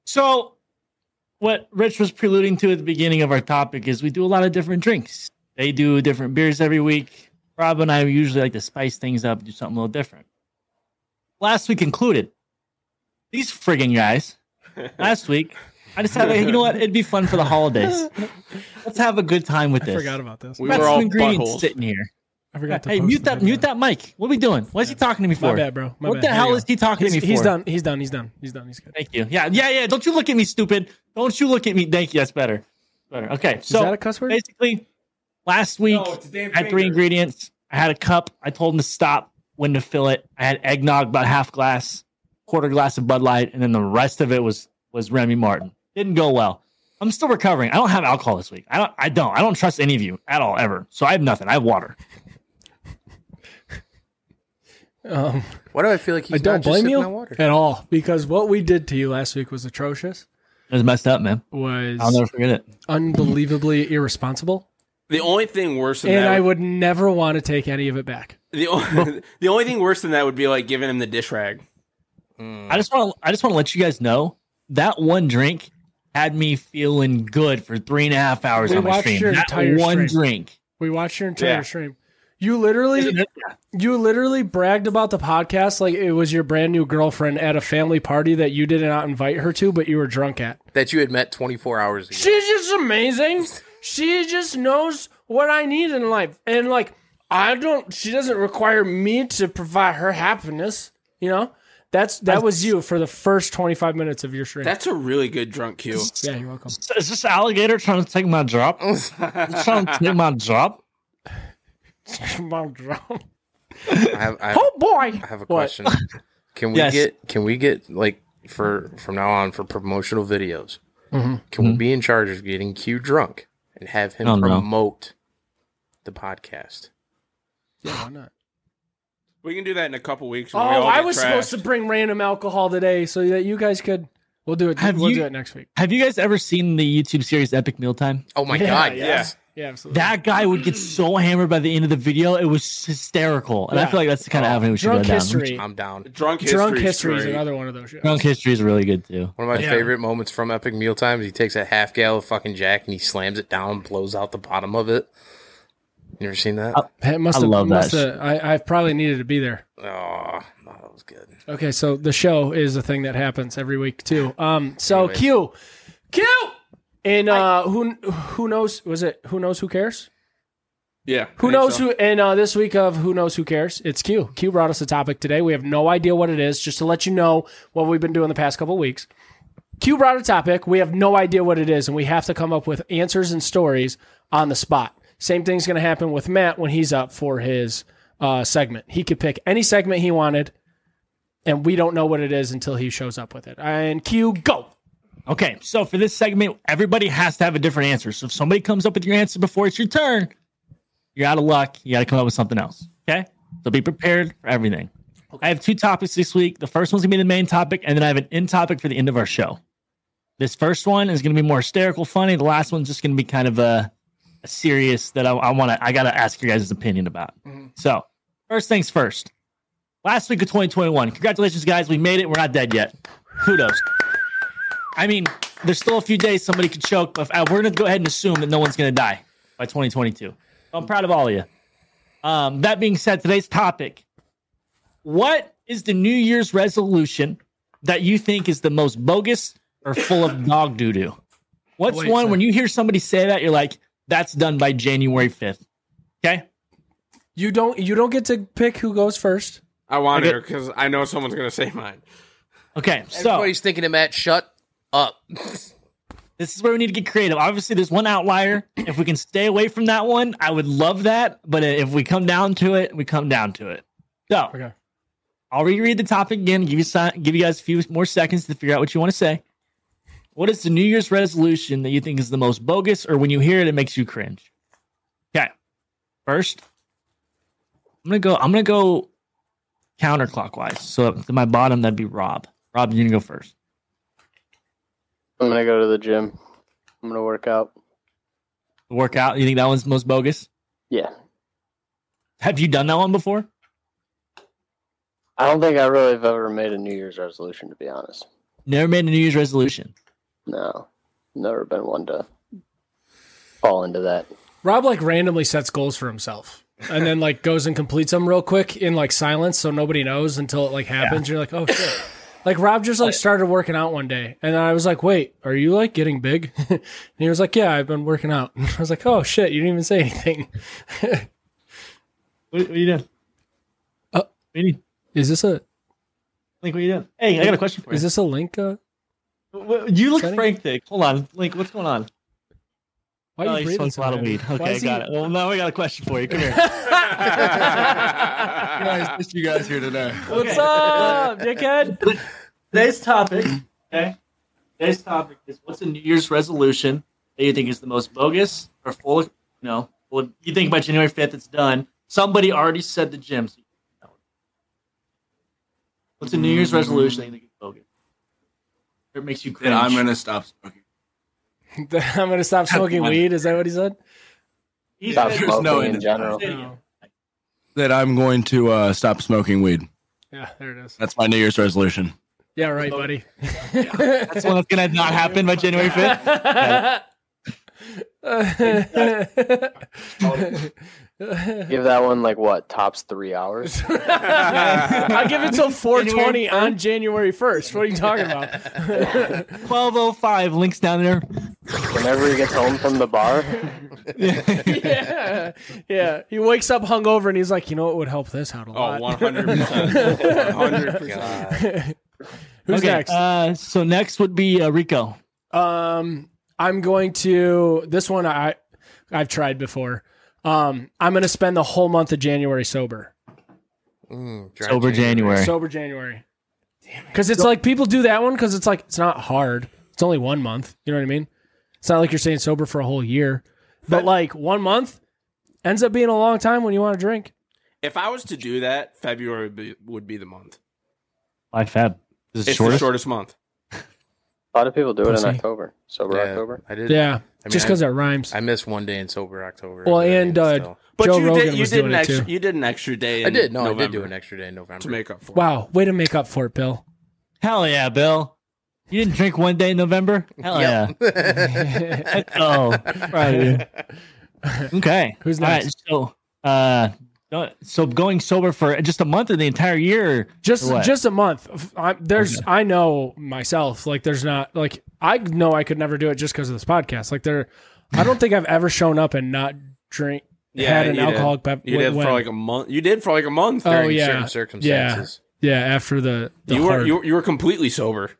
Speaker 3: So, what Rich was preluding to at the beginning of our topic is we do a lot of different drinks. They do different beers every week. Rob and I usually like to spice things up, do something a little different. Last week included, these friggin' guys. Last week, I decided, hey, you know what? It'd be fun for the holidays. Let's have we have a good time with
Speaker 1: I
Speaker 3: this.
Speaker 1: forgot about this.
Speaker 4: We
Speaker 3: Got
Speaker 4: were
Speaker 3: some
Speaker 4: all
Speaker 3: ingredients
Speaker 4: buttholes.
Speaker 3: sitting here.
Speaker 1: I forgot to.
Speaker 3: Hey,
Speaker 1: post
Speaker 3: mute
Speaker 1: the
Speaker 3: that,
Speaker 1: video.
Speaker 3: mute that mic. What are we doing? What's he talking to me for?
Speaker 1: My bad, bro. My
Speaker 3: what
Speaker 1: bad.
Speaker 3: the
Speaker 1: Here
Speaker 3: hell
Speaker 1: you
Speaker 3: is
Speaker 1: go.
Speaker 3: he talking
Speaker 1: He's,
Speaker 3: to me
Speaker 1: he's
Speaker 3: for?
Speaker 1: done. He's done. He's done. He's done. He's good.
Speaker 3: Thank you. Yeah, yeah, yeah. Don't you look at me, stupid. Don't you look at me. Thank you. That's better. Better. Okay.
Speaker 1: Is that
Speaker 3: So
Speaker 1: a cuss word?
Speaker 3: basically, last week I had three ingredients. I had a cup. I told him to stop when to fill it. I had eggnog, about half glass, quarter glass of Bud Light, and then the rest of it was was Remy Martin. Didn't go well. I'm still recovering. I don't have alcohol this week. I don't. I don't. I don't trust any of you at all ever. So I have nothing. I have water.
Speaker 1: Um,
Speaker 2: Why do I feel like he's
Speaker 1: I don't
Speaker 2: not just
Speaker 1: blame
Speaker 2: sipping
Speaker 1: you
Speaker 2: on water?
Speaker 1: at all because what we did to you last week was atrocious.
Speaker 3: It was messed up, man. I'll
Speaker 1: Was
Speaker 3: never forget it.
Speaker 1: unbelievably irresponsible,
Speaker 4: The only thing worse than
Speaker 1: and
Speaker 4: that
Speaker 1: I
Speaker 4: would,
Speaker 1: would never want to take any of it back.
Speaker 4: the, only, the only thing worse than that would be like giving him the dish rag.
Speaker 3: I just want to I just want to let you guys know that one drink had me feeling good for three and a half hours
Speaker 1: We
Speaker 3: on my
Speaker 1: watched
Speaker 3: stream.
Speaker 1: your
Speaker 3: That
Speaker 1: entire
Speaker 3: one
Speaker 1: stream.
Speaker 3: drink.
Speaker 1: We watched your entire
Speaker 4: Yeah.
Speaker 1: stream. You literally, you literally bragged about the podcast like it was your brand new girlfriend at a family party that you did not invite her to, but you were drunk at.
Speaker 2: That you had met 24 hours ago.
Speaker 1: She's just amazing. She just knows what I need in life. And like I don't she doesn't require me to provide her happiness, you know? That's that was you for the first 25 minutes of your stream.
Speaker 4: That's a really good drunk cue.
Speaker 1: yeah, you're welcome.
Speaker 3: So Is this alligator trying to take my job? It's trying to take my job.
Speaker 1: oh
Speaker 2: I have, I have,
Speaker 1: boy.
Speaker 2: I have a
Speaker 1: What?
Speaker 2: question. Can we
Speaker 3: Yes.
Speaker 2: get can we get like for from now on for promotional videos?
Speaker 1: Mm-hmm.
Speaker 2: Can we be in charge of getting Q drunk and have him
Speaker 3: Mm-hmm. Oh, no.
Speaker 2: promote the podcast?
Speaker 1: Yeah, why not?
Speaker 4: We can do that in a couple weeks.
Speaker 1: Oh,
Speaker 4: When we all
Speaker 1: I
Speaker 4: get
Speaker 1: was
Speaker 4: trashed.
Speaker 1: supposed to bring random alcohol today so that you guys could we'll do it
Speaker 3: Have
Speaker 1: we'll
Speaker 3: you-
Speaker 1: do it next week.
Speaker 3: Have you guys ever seen the YouTube series Epic Mealtime?
Speaker 2: Oh my
Speaker 1: Yeah,
Speaker 2: god,
Speaker 1: yeah.
Speaker 2: yes.
Speaker 1: Yeah, absolutely.
Speaker 3: That guy would get so hammered by the end of the video, it was hysterical. And
Speaker 1: Yeah. Oh,
Speaker 3: I feel like that's the kind of avenue we should
Speaker 1: drunk
Speaker 3: go down.
Speaker 1: history.
Speaker 2: I'm down.
Speaker 4: Drunk history.
Speaker 1: Drunk history is
Speaker 4: great.
Speaker 1: another one of those shows.
Speaker 3: Drunk history is really good too.
Speaker 2: One of my
Speaker 1: Yeah.
Speaker 2: favorite moments from Epic Mealtime is he takes a half gallon of fucking Jack and he slams it down and blows out the bottom of it. You ever seen
Speaker 3: Uh,
Speaker 2: that?
Speaker 1: It must
Speaker 3: I
Speaker 1: have,
Speaker 3: love that
Speaker 1: must have- I, I probably needed to be there.
Speaker 2: Oh, that was good.
Speaker 1: Okay, so the show is a thing that happens every week too. Um, so
Speaker 2: Anyways.
Speaker 1: Q, Q, and uh, who who knows? Was it who knows who cares?
Speaker 4: Yeah.
Speaker 1: Who knows who? And uh, this week of Who Knows Who Cares, it's Q. Q brought us a topic today. We have no idea what it is, just to let you know what we've been doing the past couple weeks. Q brought a topic. We have no idea what it is, and we have to come up with answers and stories on the spot. Same thing's going to happen with Matt when he's up for his uh, segment. He could pick any segment he wanted, and we don't know what it is until he shows up with it. And Q, go.
Speaker 3: Okay, so for this segment, everybody has to have a different answer. So if somebody comes up with your answer before it's your turn, you're out of luck. You got to come up with something else. Okay, so be prepared for everything. I have two topics this week. The first one's gonna be the main topic, and then I have an end topic for the end of our show. This first one is gonna be more hysterical, funny. The last one's just gonna be kind of a, a serious that I, I want to. I gotta ask your guys' opinion about. So first things first. Last week of 2021. Congratulations, guys. We made it. We're not dead yet. Kudos. I mean, there's still a few days somebody could choke, but uh, we're going to go ahead and assume that no one's going to die by 2022. I'm proud of all of you. Um, that being said, today's topic What is the New Year's resolution that you think is the most bogus or full of dog doo doo? What's
Speaker 1: Wait a
Speaker 3: one
Speaker 1: second.
Speaker 3: when you hear somebody say that, you're like, that's done by January 5th? Okay.
Speaker 1: You don't. You don't get to pick who goes first.
Speaker 4: I want
Speaker 3: Okay.
Speaker 4: her because I know someone's gonna say mine.
Speaker 3: Okay. So
Speaker 2: Everybody's thinking of Matt, shut up.
Speaker 3: this is where we need to get creative. Obviously, there's one outlier. If we can stay away from that one, I would love that. But if we come down to it, we come down to it. So
Speaker 1: Okay.
Speaker 3: I'll reread the topic again. Give you si- give you guys a few more seconds to figure out what you want to say. What is the New Year's resolution that you think is the most bogus, or when you hear it, it makes you cringe? Okay. First, I'm gonna go. I'm gonna go counterclockwise. So to my bottom, that'd be Rob. Rob, you're gonna go first.
Speaker 5: I'm gonna go to the gym. I'm gonna work out.
Speaker 3: The workout. You think that one's the most bogus?
Speaker 5: Yeah.
Speaker 3: Have you done that one before?
Speaker 5: I don't think I really have ever made a New Year's resolution, to be honest.
Speaker 3: Never made a New Year's resolution.
Speaker 5: No, never been one to fall into that.
Speaker 1: Rob like randomly sets goals for himself and then like goes and completes them real quick in like silence so nobody knows until it like happens. You're like, oh shit. Like Rob just like started working out one day and I was like, wait, are you like getting big? and he was like, yeah, I've been working out. I was like, oh shit, you didn't even say anything.
Speaker 3: What, what are you doing?
Speaker 1: Uh,
Speaker 3: what do you need?
Speaker 1: Is this a
Speaker 3: Link, what are you doing? Hey, I got a question for you.
Speaker 1: is this a link? Uh,
Speaker 3: Wh- you look
Speaker 1: Setting?
Speaker 3: frantic. Hold on, Link. What's going on?
Speaker 1: why
Speaker 3: oh,
Speaker 1: are you
Speaker 3: he
Speaker 1: breathing
Speaker 3: smokes
Speaker 1: so
Speaker 3: a lot of
Speaker 1: heavy?
Speaker 3: weed.
Speaker 1: Why
Speaker 3: Okay,
Speaker 1: is he-
Speaker 3: got it. Well, now we got a question for you. Come here.
Speaker 7: Guys, missed you guys here today.
Speaker 1: What's up, dickhead?
Speaker 3: Today's topic. Okay. Today's topic is what's a New Year's resolution that you think is the most bogus or full of no? Well, you think by January fifth it's done. Somebody already said the gym. So you know. What's a New Year's resolution that you think is bogus? Or It makes you cringe.
Speaker 7: And I'm gonna stop smoking.
Speaker 1: I'm gonna stop smoking weed. Is that what he said?
Speaker 3: He
Speaker 5: Stop
Speaker 3: said-
Speaker 5: smoking
Speaker 7: no
Speaker 5: in
Speaker 7: end.
Speaker 5: general.
Speaker 3: Yeah.
Speaker 7: That I'm going to uh, stop smoking weed.
Speaker 1: Yeah, there it is.
Speaker 7: That's my New Year's resolution.
Speaker 1: Yeah, right, buddy.
Speaker 3: That's one that's gonna not happen by January fifth.
Speaker 5: Give that one like what tops three hours.
Speaker 1: I give it till 420 on January 1st. What are you talking about?
Speaker 3: Twelve oh five links down there.
Speaker 5: Whenever he gets home from the bar,
Speaker 1: yeah. yeah. He wakes up hungover and he's like, you know what would help this out a
Speaker 4: Oh,
Speaker 1: lot?
Speaker 4: 100%. 100%.
Speaker 2: God.
Speaker 1: Who's
Speaker 3: okay,
Speaker 1: next?
Speaker 3: Uh, so next would be uh, Rico.
Speaker 1: Um, I'm going to this one I I've tried before. Um, I'm going to spend the whole month of January sober.
Speaker 2: Mm, dry
Speaker 3: Sober January.
Speaker 1: Sober January. Because it's like people do that one because it's like it's not hard. It's only one month. You know what I mean? It's not like you're staying sober for a whole year, but like one month ends up being a long time when you want to drink.
Speaker 4: If I was to do that, February would be, would be the month.
Speaker 3: By Feb. Is
Speaker 4: It's the shortest month.
Speaker 5: a lot of people do it
Speaker 1: Pussy.
Speaker 5: in October, sober
Speaker 2: Yeah,
Speaker 5: October.
Speaker 2: I did.
Speaker 1: Yeah,
Speaker 2: I mean,
Speaker 1: just because it rhymes.
Speaker 2: I, I missed one day in sober October.
Speaker 1: Well,
Speaker 2: but I mean,
Speaker 1: and, uh,
Speaker 2: still.
Speaker 4: But
Speaker 1: Joe
Speaker 4: you
Speaker 1: Rogan
Speaker 4: did you
Speaker 1: was
Speaker 4: did
Speaker 1: doing
Speaker 4: an
Speaker 1: it
Speaker 4: extra
Speaker 1: too.
Speaker 4: you did an extra day. In
Speaker 2: I did. No, I did
Speaker 4: November
Speaker 2: do an extra day in November.
Speaker 4: to make up for. it.
Speaker 1: wow, way to make up for it, Bill.
Speaker 3: Hell yeah, Bill. You didn't drink one day in November?
Speaker 1: Oh,
Speaker 3: Hell yeah.
Speaker 1: uh,
Speaker 3: oh, right. Okay.
Speaker 1: Who's
Speaker 3: All right,
Speaker 1: next?
Speaker 3: so, uh, don't- so going sober for just a month or the entire year?
Speaker 1: just
Speaker 3: or what?
Speaker 1: just a month F- I, there's i know myself like there's not like i know i could never do it just because of this podcast like there i don't think i've ever shown up and not drink
Speaker 4: Yeah,
Speaker 1: had an
Speaker 4: you did.
Speaker 1: alcoholic bev-
Speaker 4: You did
Speaker 1: when-
Speaker 4: for like a month. You did for like a month.
Speaker 1: Oh,
Speaker 2: During
Speaker 1: yeah.
Speaker 2: certain circumstances.
Speaker 1: yeah after the, the
Speaker 4: you were
Speaker 1: hard-
Speaker 4: you, were- you were completely sober,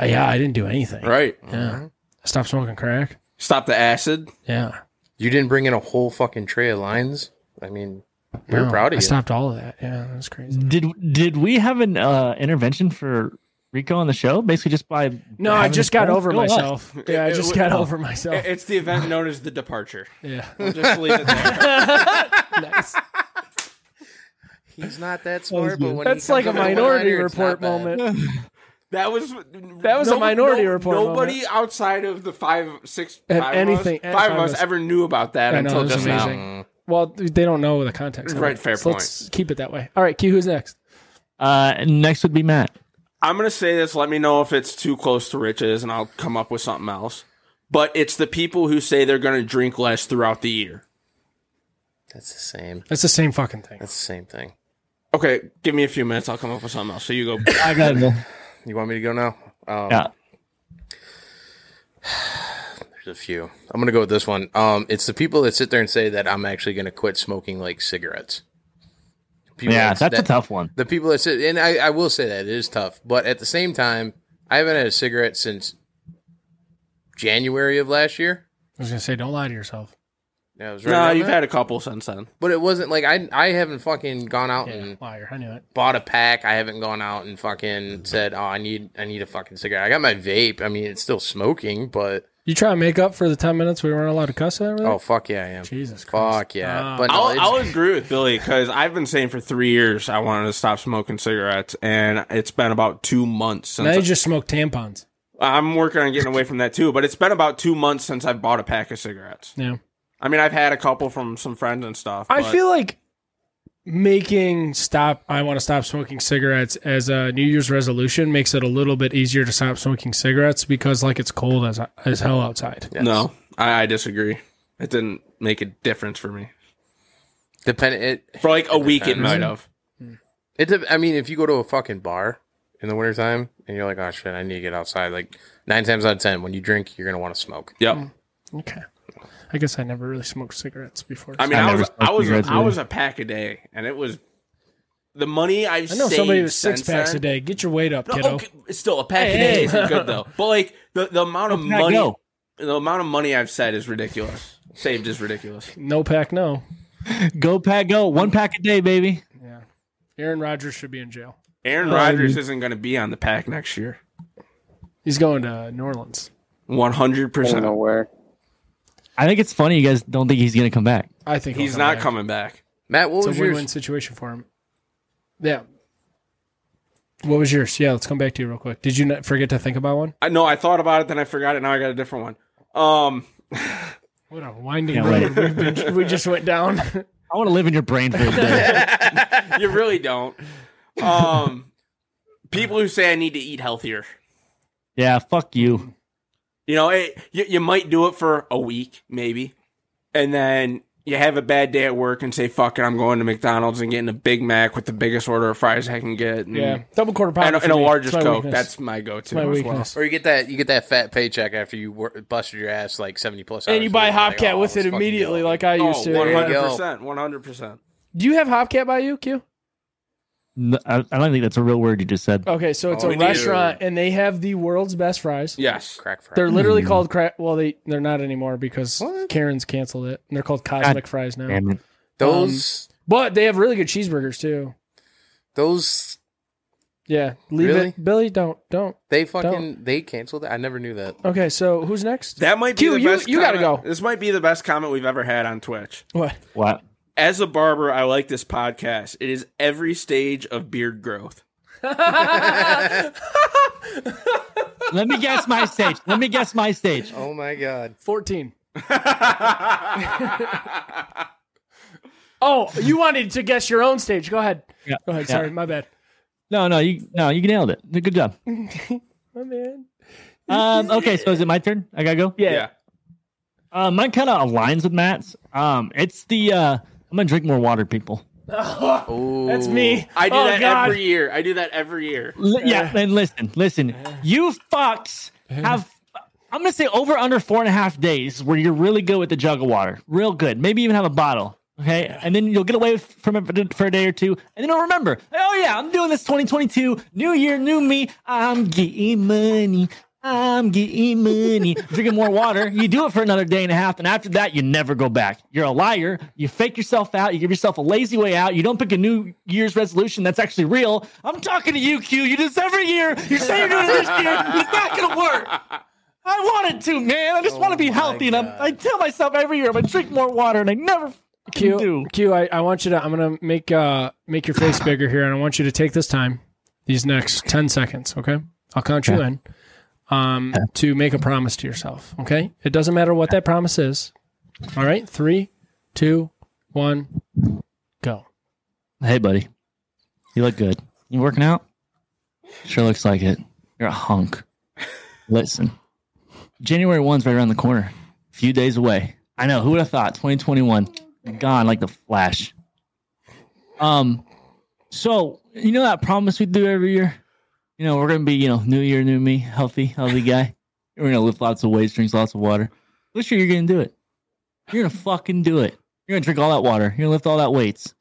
Speaker 1: Uh, yeah i didn't do anything
Speaker 4: right?
Speaker 2: Uh-huh.
Speaker 1: yeah i stopped smoking crack
Speaker 4: Stop the acid.
Speaker 1: yeah
Speaker 2: You didn't bring in a whole fucking tray of lines. I mean, we were
Speaker 1: No,
Speaker 2: proud of
Speaker 1: i
Speaker 2: you.
Speaker 1: stopped all of that yeah that was crazy
Speaker 3: Did did we have an uh, intervention for Rico on the show? Basically, just by
Speaker 1: no i
Speaker 3: having
Speaker 1: just
Speaker 3: a
Speaker 1: got
Speaker 3: phone?
Speaker 1: over
Speaker 3: Go us.
Speaker 1: myself yeah i
Speaker 4: It- it
Speaker 1: just
Speaker 4: was-
Speaker 1: got
Speaker 4: no.
Speaker 1: over myself
Speaker 4: It's the event known as the departure.
Speaker 1: yeah
Speaker 4: Just leave it there.
Speaker 1: nice.
Speaker 2: He's not that smart, but when
Speaker 1: Oh, that's
Speaker 2: he
Speaker 1: like a
Speaker 2: comes up with
Speaker 1: minority
Speaker 2: liner, it's not
Speaker 1: report
Speaker 2: bad.
Speaker 1: moment
Speaker 4: That was
Speaker 1: That was a Minority Report
Speaker 4: Nobody outside of the five, six,
Speaker 1: And
Speaker 4: five
Speaker 1: anything-
Speaker 4: of us, five of
Speaker 1: five
Speaker 4: us
Speaker 1: of us.
Speaker 4: ever knew about that
Speaker 1: I know,
Speaker 4: until
Speaker 1: it was
Speaker 4: just
Speaker 1: amazing.
Speaker 4: now.
Speaker 1: well they don't know the context of
Speaker 4: Right,
Speaker 1: it.
Speaker 4: fair
Speaker 1: So let's keep it that way all right q who's next
Speaker 3: Uh, and next would be Matt.
Speaker 4: I'm gonna say this. Let me know if it's too close to riches, and I'll come up with something else. But it's the people who say they're gonna drink less throughout the year.
Speaker 2: That's the same.
Speaker 1: That's the same fucking thing.
Speaker 2: That's the same thing.
Speaker 4: Okay, give me a few minutes. I'll come up with something else. So you go.
Speaker 3: I got it.
Speaker 2: You want me to go now? Um,
Speaker 3: Yeah.
Speaker 2: There's a few. I'm gonna go with this one. Um, it's the people that sit there and say that I'm actually gonna quit smoking like cigarettes. People
Speaker 3: Yeah,
Speaker 2: that-
Speaker 3: that's a
Speaker 2: that-
Speaker 3: tough one.
Speaker 2: The people that sit, and I, I will say that it is tough, but at the same time, I haven't had a cigarette since January of last year.
Speaker 1: I was gonna say, don't lie to yourself.
Speaker 2: Yeah, it was right
Speaker 4: no,
Speaker 2: around
Speaker 4: you've
Speaker 2: there.
Speaker 4: had a couple since then.
Speaker 2: but it wasn't like I I haven't fucking gone out
Speaker 1: Yeah,
Speaker 2: and
Speaker 1: liar. I knew it.
Speaker 2: bought a pack. I haven't gone out and fucking said, "Oh, I need I need a fucking cigarette." I got my vape. I mean, it's still smoking, but
Speaker 1: You try to make up for the ten minutes we weren't allowed to cuss at. Really?
Speaker 2: oh fuck yeah, I am.
Speaker 1: Jesus Christ!
Speaker 2: Fuck yeah.
Speaker 1: Ah.
Speaker 2: but no,
Speaker 4: I'll,
Speaker 2: it's-
Speaker 4: I'll agree with Billy because I've been saying for three years I wanted to stop smoking cigarettes, and it's been about two months since
Speaker 1: Now
Speaker 4: I,
Speaker 1: you just smoke tampons.
Speaker 4: am working on getting away from that too. But it's been about two months since I bought a pack of cigarettes.
Speaker 1: Yeah,
Speaker 4: I mean, I've had a couple from some friends and stuff.
Speaker 1: I
Speaker 4: but-
Speaker 1: feel like making stop I want to stop smoking cigarettes as a New Year's resolution makes it a little bit easier to stop smoking cigarettes because like it's cold as as hell outside.
Speaker 4: no, I, I disagree. It didn't make a difference for me.
Speaker 2: Depend it.
Speaker 4: For like a week, it
Speaker 2: depends.
Speaker 4: might have.
Speaker 2: It. de- I mean, if you go to a fucking bar in the wintertime and you're like, oh shit, I need to get outside. Like nine times out of ten, when you drink, you're gonna want to smoke.
Speaker 4: Yep.
Speaker 1: Mm. Okay. I guess I never really smoked cigarettes before.
Speaker 4: I mean,
Speaker 3: I
Speaker 4: I,
Speaker 3: never
Speaker 4: was
Speaker 3: smoked
Speaker 4: I was
Speaker 3: cigarettes
Speaker 4: I was a pack a day, and it was the money I've
Speaker 1: I know
Speaker 4: saved
Speaker 1: somebody with six
Speaker 4: since
Speaker 1: packs
Speaker 4: then-
Speaker 1: a day. Get your weight up,
Speaker 4: No,
Speaker 1: kiddo.
Speaker 4: okay, it's still a pack
Speaker 1: Hey,
Speaker 4: a day
Speaker 1: hey.
Speaker 4: isn't good though. But like the, the amount of
Speaker 3: Where can I
Speaker 4: money,
Speaker 3: go?
Speaker 4: the amount of money I've said is ridiculous. Saved is ridiculous.
Speaker 1: No pack, no.
Speaker 3: Go pack, go one pack a day, baby.
Speaker 1: Aaron Rodgers should be in jail. Uh,
Speaker 4: Aaron Rodgers isn't going to be on the pack next year.
Speaker 1: He's going to New Orleans.
Speaker 4: One hundred
Speaker 5: I don't know
Speaker 4: percent.
Speaker 5: where.
Speaker 3: I think it's funny you guys don't think he's gonna come back.
Speaker 1: I think he'll
Speaker 4: He's
Speaker 1: come
Speaker 4: not
Speaker 1: back.
Speaker 4: coming back.
Speaker 2: Matt, what
Speaker 1: It's a
Speaker 2: was
Speaker 1: win-win
Speaker 2: yours?
Speaker 1: situation for him. Yeah. What was yours? Yeah, let's come back to you real quick. Did you not forget to think about one?
Speaker 4: I know. I thought about it, then I forgot it. Now I got a different one. Um,
Speaker 1: What a winding
Speaker 3: Yeah,
Speaker 1: road we've been, we just went down.
Speaker 3: I want to live in your brain for a day.
Speaker 4: you really don't. Um, people who say I need to eat healthier.
Speaker 3: yeah, fuck you.
Speaker 4: You know, it, you, you might do it for a week, maybe, and then you have a bad day at work and say, "Fuck it, I'm going to McDonald's and getting a Big Mac with the biggest order of fries I can get." And,
Speaker 1: yeah, double quarter pounder
Speaker 4: and, a-
Speaker 1: for
Speaker 4: and a
Speaker 1: me.
Speaker 4: largest
Speaker 1: It's my
Speaker 4: Coke.
Speaker 1: weakness.
Speaker 4: That's my go-to
Speaker 1: my
Speaker 4: as well.
Speaker 1: weakness.
Speaker 2: Or you get that you get that fat paycheck after you wor busted your ass like seventy plus.
Speaker 1: and
Speaker 2: hours
Speaker 1: you buy
Speaker 2: working, like,
Speaker 1: Hopcat
Speaker 2: oh,
Speaker 1: with it
Speaker 2: let's fucking
Speaker 1: immediately,
Speaker 2: go.
Speaker 1: like I used
Speaker 4: Oh,
Speaker 1: to.
Speaker 2: There you go.
Speaker 4: 100%, 100%.
Speaker 1: Do you have Hopcat by you, Q?
Speaker 3: No, I, I don't think that's a real word you just said.
Speaker 1: Okay, so it's
Speaker 4: Oh,
Speaker 1: a
Speaker 4: we do.
Speaker 1: restaurant, and they have the world's best fries.
Speaker 4: Yes.
Speaker 2: crack fry.
Speaker 1: They're literally called cra- well they they're not anymore because Karen's canceled it. And they're called Cosmic Fries now.
Speaker 3: Damn it.
Speaker 2: those
Speaker 1: But they have really good cheeseburgers too.
Speaker 2: those
Speaker 1: Yeah, leave
Speaker 2: Really?
Speaker 1: it, Billy. Don't don't.
Speaker 2: they fucking they canceled it. I never knew that.
Speaker 1: Okay, so who's next?
Speaker 4: That might be
Speaker 1: Q,
Speaker 4: the
Speaker 1: you-
Speaker 4: best.
Speaker 1: you gotta
Speaker 4: comment-
Speaker 1: go.
Speaker 4: This might be the best comment we've ever had on Twitch.
Speaker 1: What?
Speaker 3: What?
Speaker 4: As a barber, I like this podcast. It is every stage of beard growth.
Speaker 3: Let me guess my stage. Let me guess my stage.
Speaker 2: Oh my god.
Speaker 1: Fourteen.
Speaker 4: I
Speaker 1: Oh, you wanted to guess your own stage. Go ahead.
Speaker 3: Yeah.
Speaker 1: Go ahead.
Speaker 3: Yeah.
Speaker 1: Sorry, my bad.
Speaker 3: No, no, you no, you nailed it. Good job.
Speaker 1: My man.
Speaker 3: Um, okay, so is it my turn? I gotta go.
Speaker 1: Yeah.
Speaker 4: Yeah.
Speaker 3: Uh, mine kind of aligns with Matt's. Um, it's the uh, I'm gonna drink more water, people.
Speaker 2: Oh,
Speaker 1: That's me.
Speaker 4: do
Speaker 1: oh,
Speaker 4: that
Speaker 1: God.
Speaker 4: every year. I do that every year.
Speaker 3: Li- yeah, and listen, listen. You fucks have I'm gonna say over under four and a half days where you're really good with the jug of water, real good. Maybe even have a bottle. Okay, and then you'll get away with- from it for- for a day or two, and then you'll remember. Oh yeah, I'm doing this 2022, new year, new me. I'm getting money. I'm getting money. Drinking more water. You do it for another day and a half, and after that, you never go back. You're a liar. You fake yourself out. You give yourself a lazy way out. You don't pick a New Year's resolution that's actually real. I'm talking to you, Q. You do this every year. You say you're doing it this year. It's not gonna work. I wanted to, man. I just want to be healthy, and I'm, I tell myself every year I'm gonna drink more water, and I never can do.
Speaker 1: Q, Q I, I want you to. I'm gonna make uh make your face bigger here, and I want you to take this time, these next ten seconds. Okay, I'll count you in. Um, to make a promise to yourself. Okay, it doesn't matter what that promise is. All right, three, two, one, go.
Speaker 3: Hey, buddy, you look good. You working out? Sure looks like it. You're a hunk. Listen, January 1's right around the corner, a few days away. I know. Who would have thought? 2021 gone like the flash. Um, so you know that promise we do every year. You know we're gonna be you know new year, new me, healthy, healthy guy. We're gonna lift lots of weights, drink lots of water. This year you're gonna do it. You're gonna fucking do it. You're gonna drink all that water. You're gonna lift all that weights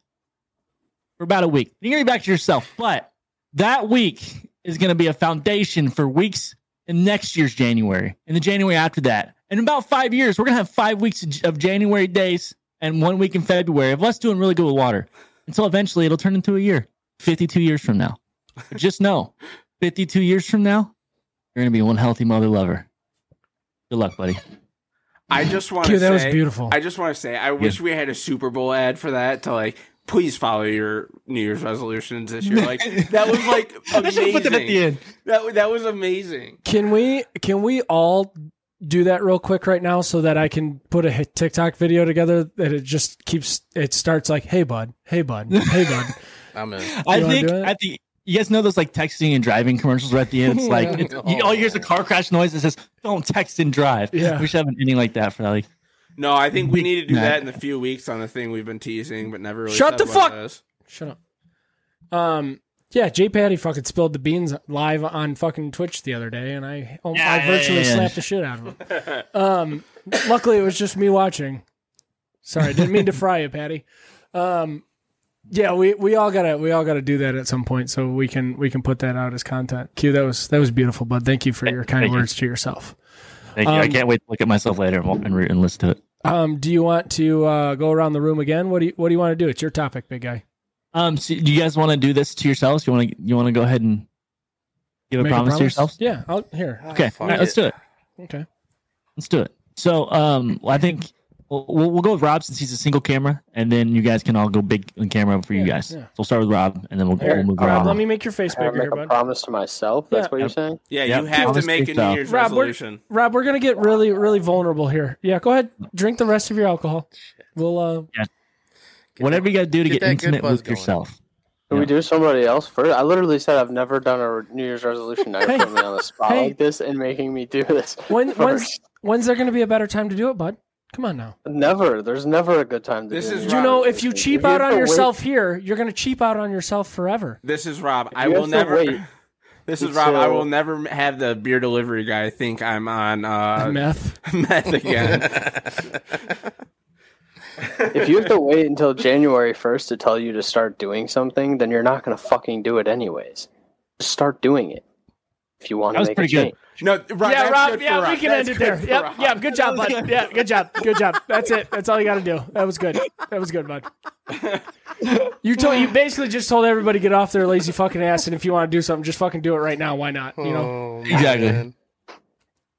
Speaker 3: for about a week. You're gonna be back to yourself, but that week is gonna be a foundation for weeks in next year's January and the January after that. In about five years, we're gonna have five weeks of- of January days and one week in February of us doing really good with water. Until eventually, it'll turn into a year, 52 years from now. But just know, 52 years from now, you're gonna be one healthy mother lover. Good luck, buddy.
Speaker 4: I just want to
Speaker 1: Q,
Speaker 4: say
Speaker 1: that was beautiful.
Speaker 4: I just want to say I wish we had a Super Bowl ad for that to like please follow your New Year's resolutions this year. Like that was like amazing.
Speaker 3: I should put that at the end.
Speaker 4: That wa- that was amazing.
Speaker 1: Can we can we all do that real quick right now so that I can put a hit- TikTok video together that it just keeps it starts like, "Hey bud, hey bud, hey bud."
Speaker 2: I'm in.
Speaker 3: I
Speaker 1: You wanna
Speaker 3: think
Speaker 1: do it?
Speaker 3: I think you guys know those like texting and driving commercials right at the end. It's like it's, you all hears a car crash noise that says "Don't text and drive."
Speaker 1: Yeah.
Speaker 3: we should have an ending like that for like.
Speaker 4: No, I think we need to do
Speaker 3: Nah.
Speaker 4: that in a few weeks on a thing we've been teasing, but never really.
Speaker 1: Shut
Speaker 4: said
Speaker 1: the
Speaker 4: what
Speaker 1: fuck-
Speaker 4: it is.
Speaker 1: Shut up. Um yeah, J Patty fucking spilled the beans live on fucking Twitch the other day and I oh,
Speaker 3: Yeah,
Speaker 1: I
Speaker 3: yeah,
Speaker 1: virtually
Speaker 3: yeah, yeah.
Speaker 1: slapped the shit out of him. Um luckily it was just me watching. Sorry, I didn't mean to fry you, Patty. Um yeah, we, we all gotta we all gotta do that at some point so we can we can put that out as content. Q, that was that was beautiful, bud. Thank you for your kind
Speaker 3: Thank you.
Speaker 1: words to yourself.
Speaker 3: Thank you. I
Speaker 1: Um,
Speaker 3: can't wait to look at myself later and, and, re- and listen to it.
Speaker 1: Um, do you want to uh, go around the room again? What do you What do you want to do? It's your topic, big guy.
Speaker 3: Um, so do you guys want to do this to yourselves? You want to you want to go ahead and give a
Speaker 1: Make
Speaker 3: promise, to yourselves?
Speaker 1: Yeah, I'll, here.
Speaker 5: Ah,
Speaker 3: Okay,
Speaker 2: fuck
Speaker 3: all right, let's
Speaker 2: it.
Speaker 3: do it.
Speaker 1: Okay.
Speaker 3: Let's do it. So, um, I think we'll, we'll we'll go with Rob since he's a single camera, and then you guys can all go big on camera for you
Speaker 1: Yeah,
Speaker 3: guys.
Speaker 1: yeah.
Speaker 3: So we'll start with Rob, and then we'll,
Speaker 1: Here,
Speaker 3: we'll move
Speaker 1: Rob,
Speaker 3: around.
Speaker 1: let me make your face
Speaker 5: Can I
Speaker 1: bigger,
Speaker 5: make
Speaker 1: here,
Speaker 5: a
Speaker 1: bud.
Speaker 5: promise to myself. That's
Speaker 1: Yeah.
Speaker 5: what you're saying.
Speaker 4: Yeah,
Speaker 3: Yep.
Speaker 4: you have to
Speaker 3: Honest
Speaker 4: make a New
Speaker 3: freestyle.
Speaker 4: Year's
Speaker 1: Rob, we're-
Speaker 4: resolution.
Speaker 1: Rob, we're gonna get really, really vulnerable here. Yeah, go ahead. Drink the rest of your alcohol. We'll. Uh,
Speaker 3: Whatever you got to do to
Speaker 2: Get
Speaker 3: get,
Speaker 2: that good
Speaker 3: intimate
Speaker 2: buzz
Speaker 3: with
Speaker 2: going.
Speaker 3: yourself.
Speaker 5: Can we
Speaker 3: Yeah.
Speaker 5: do somebody else first? I literally said I've never done a New Year's resolution. Now
Speaker 1: Hey.
Speaker 5: you're putting me on the spot
Speaker 1: Hey.
Speaker 5: like this and making me do this.
Speaker 1: when when's
Speaker 5: first.
Speaker 1: when's there gonna be a better time to do it, bud? Come on now.
Speaker 5: Never. There's never a good time to
Speaker 4: This
Speaker 5: do
Speaker 4: is
Speaker 5: it.
Speaker 1: Do you
Speaker 4: Rob,
Speaker 1: know if you cheap out
Speaker 5: have
Speaker 1: on
Speaker 5: to wait-
Speaker 1: yourself here, you're gonna cheap out on yourself forever.
Speaker 4: This is Rob. I
Speaker 5: you
Speaker 4: will
Speaker 5: have to wait
Speaker 4: never. This is Rob. I
Speaker 5: until-
Speaker 4: will never m- have the beer delivery guy think I'm on uh,
Speaker 1: Meth.
Speaker 4: meth again.
Speaker 5: if you have to wait until January 1st to tell you to start doing something, then you're not going to fucking do it anyways. Just start doing it if you want
Speaker 3: That
Speaker 5: to
Speaker 3: was
Speaker 5: make a
Speaker 3: pretty good.
Speaker 5: change.
Speaker 4: No, Rob.
Speaker 1: yeah,
Speaker 4: that's
Speaker 1: Rob.
Speaker 4: good for
Speaker 1: Yeah,
Speaker 4: Rob.
Speaker 1: we can
Speaker 4: That's
Speaker 1: end it
Speaker 4: good
Speaker 1: there.
Speaker 4: for
Speaker 1: Yep.
Speaker 4: Rob.
Speaker 1: Yep. Good job, bud. Yeah. Good job. Good job. That's it. That's all you got to do. That was good. That was good, bud. You told you basically just told everybody to get off their lazy fucking ass, and if you want to do something, just fucking do it right now. Why not? You
Speaker 4: Oh.
Speaker 1: know
Speaker 2: Oh
Speaker 3: Exactly.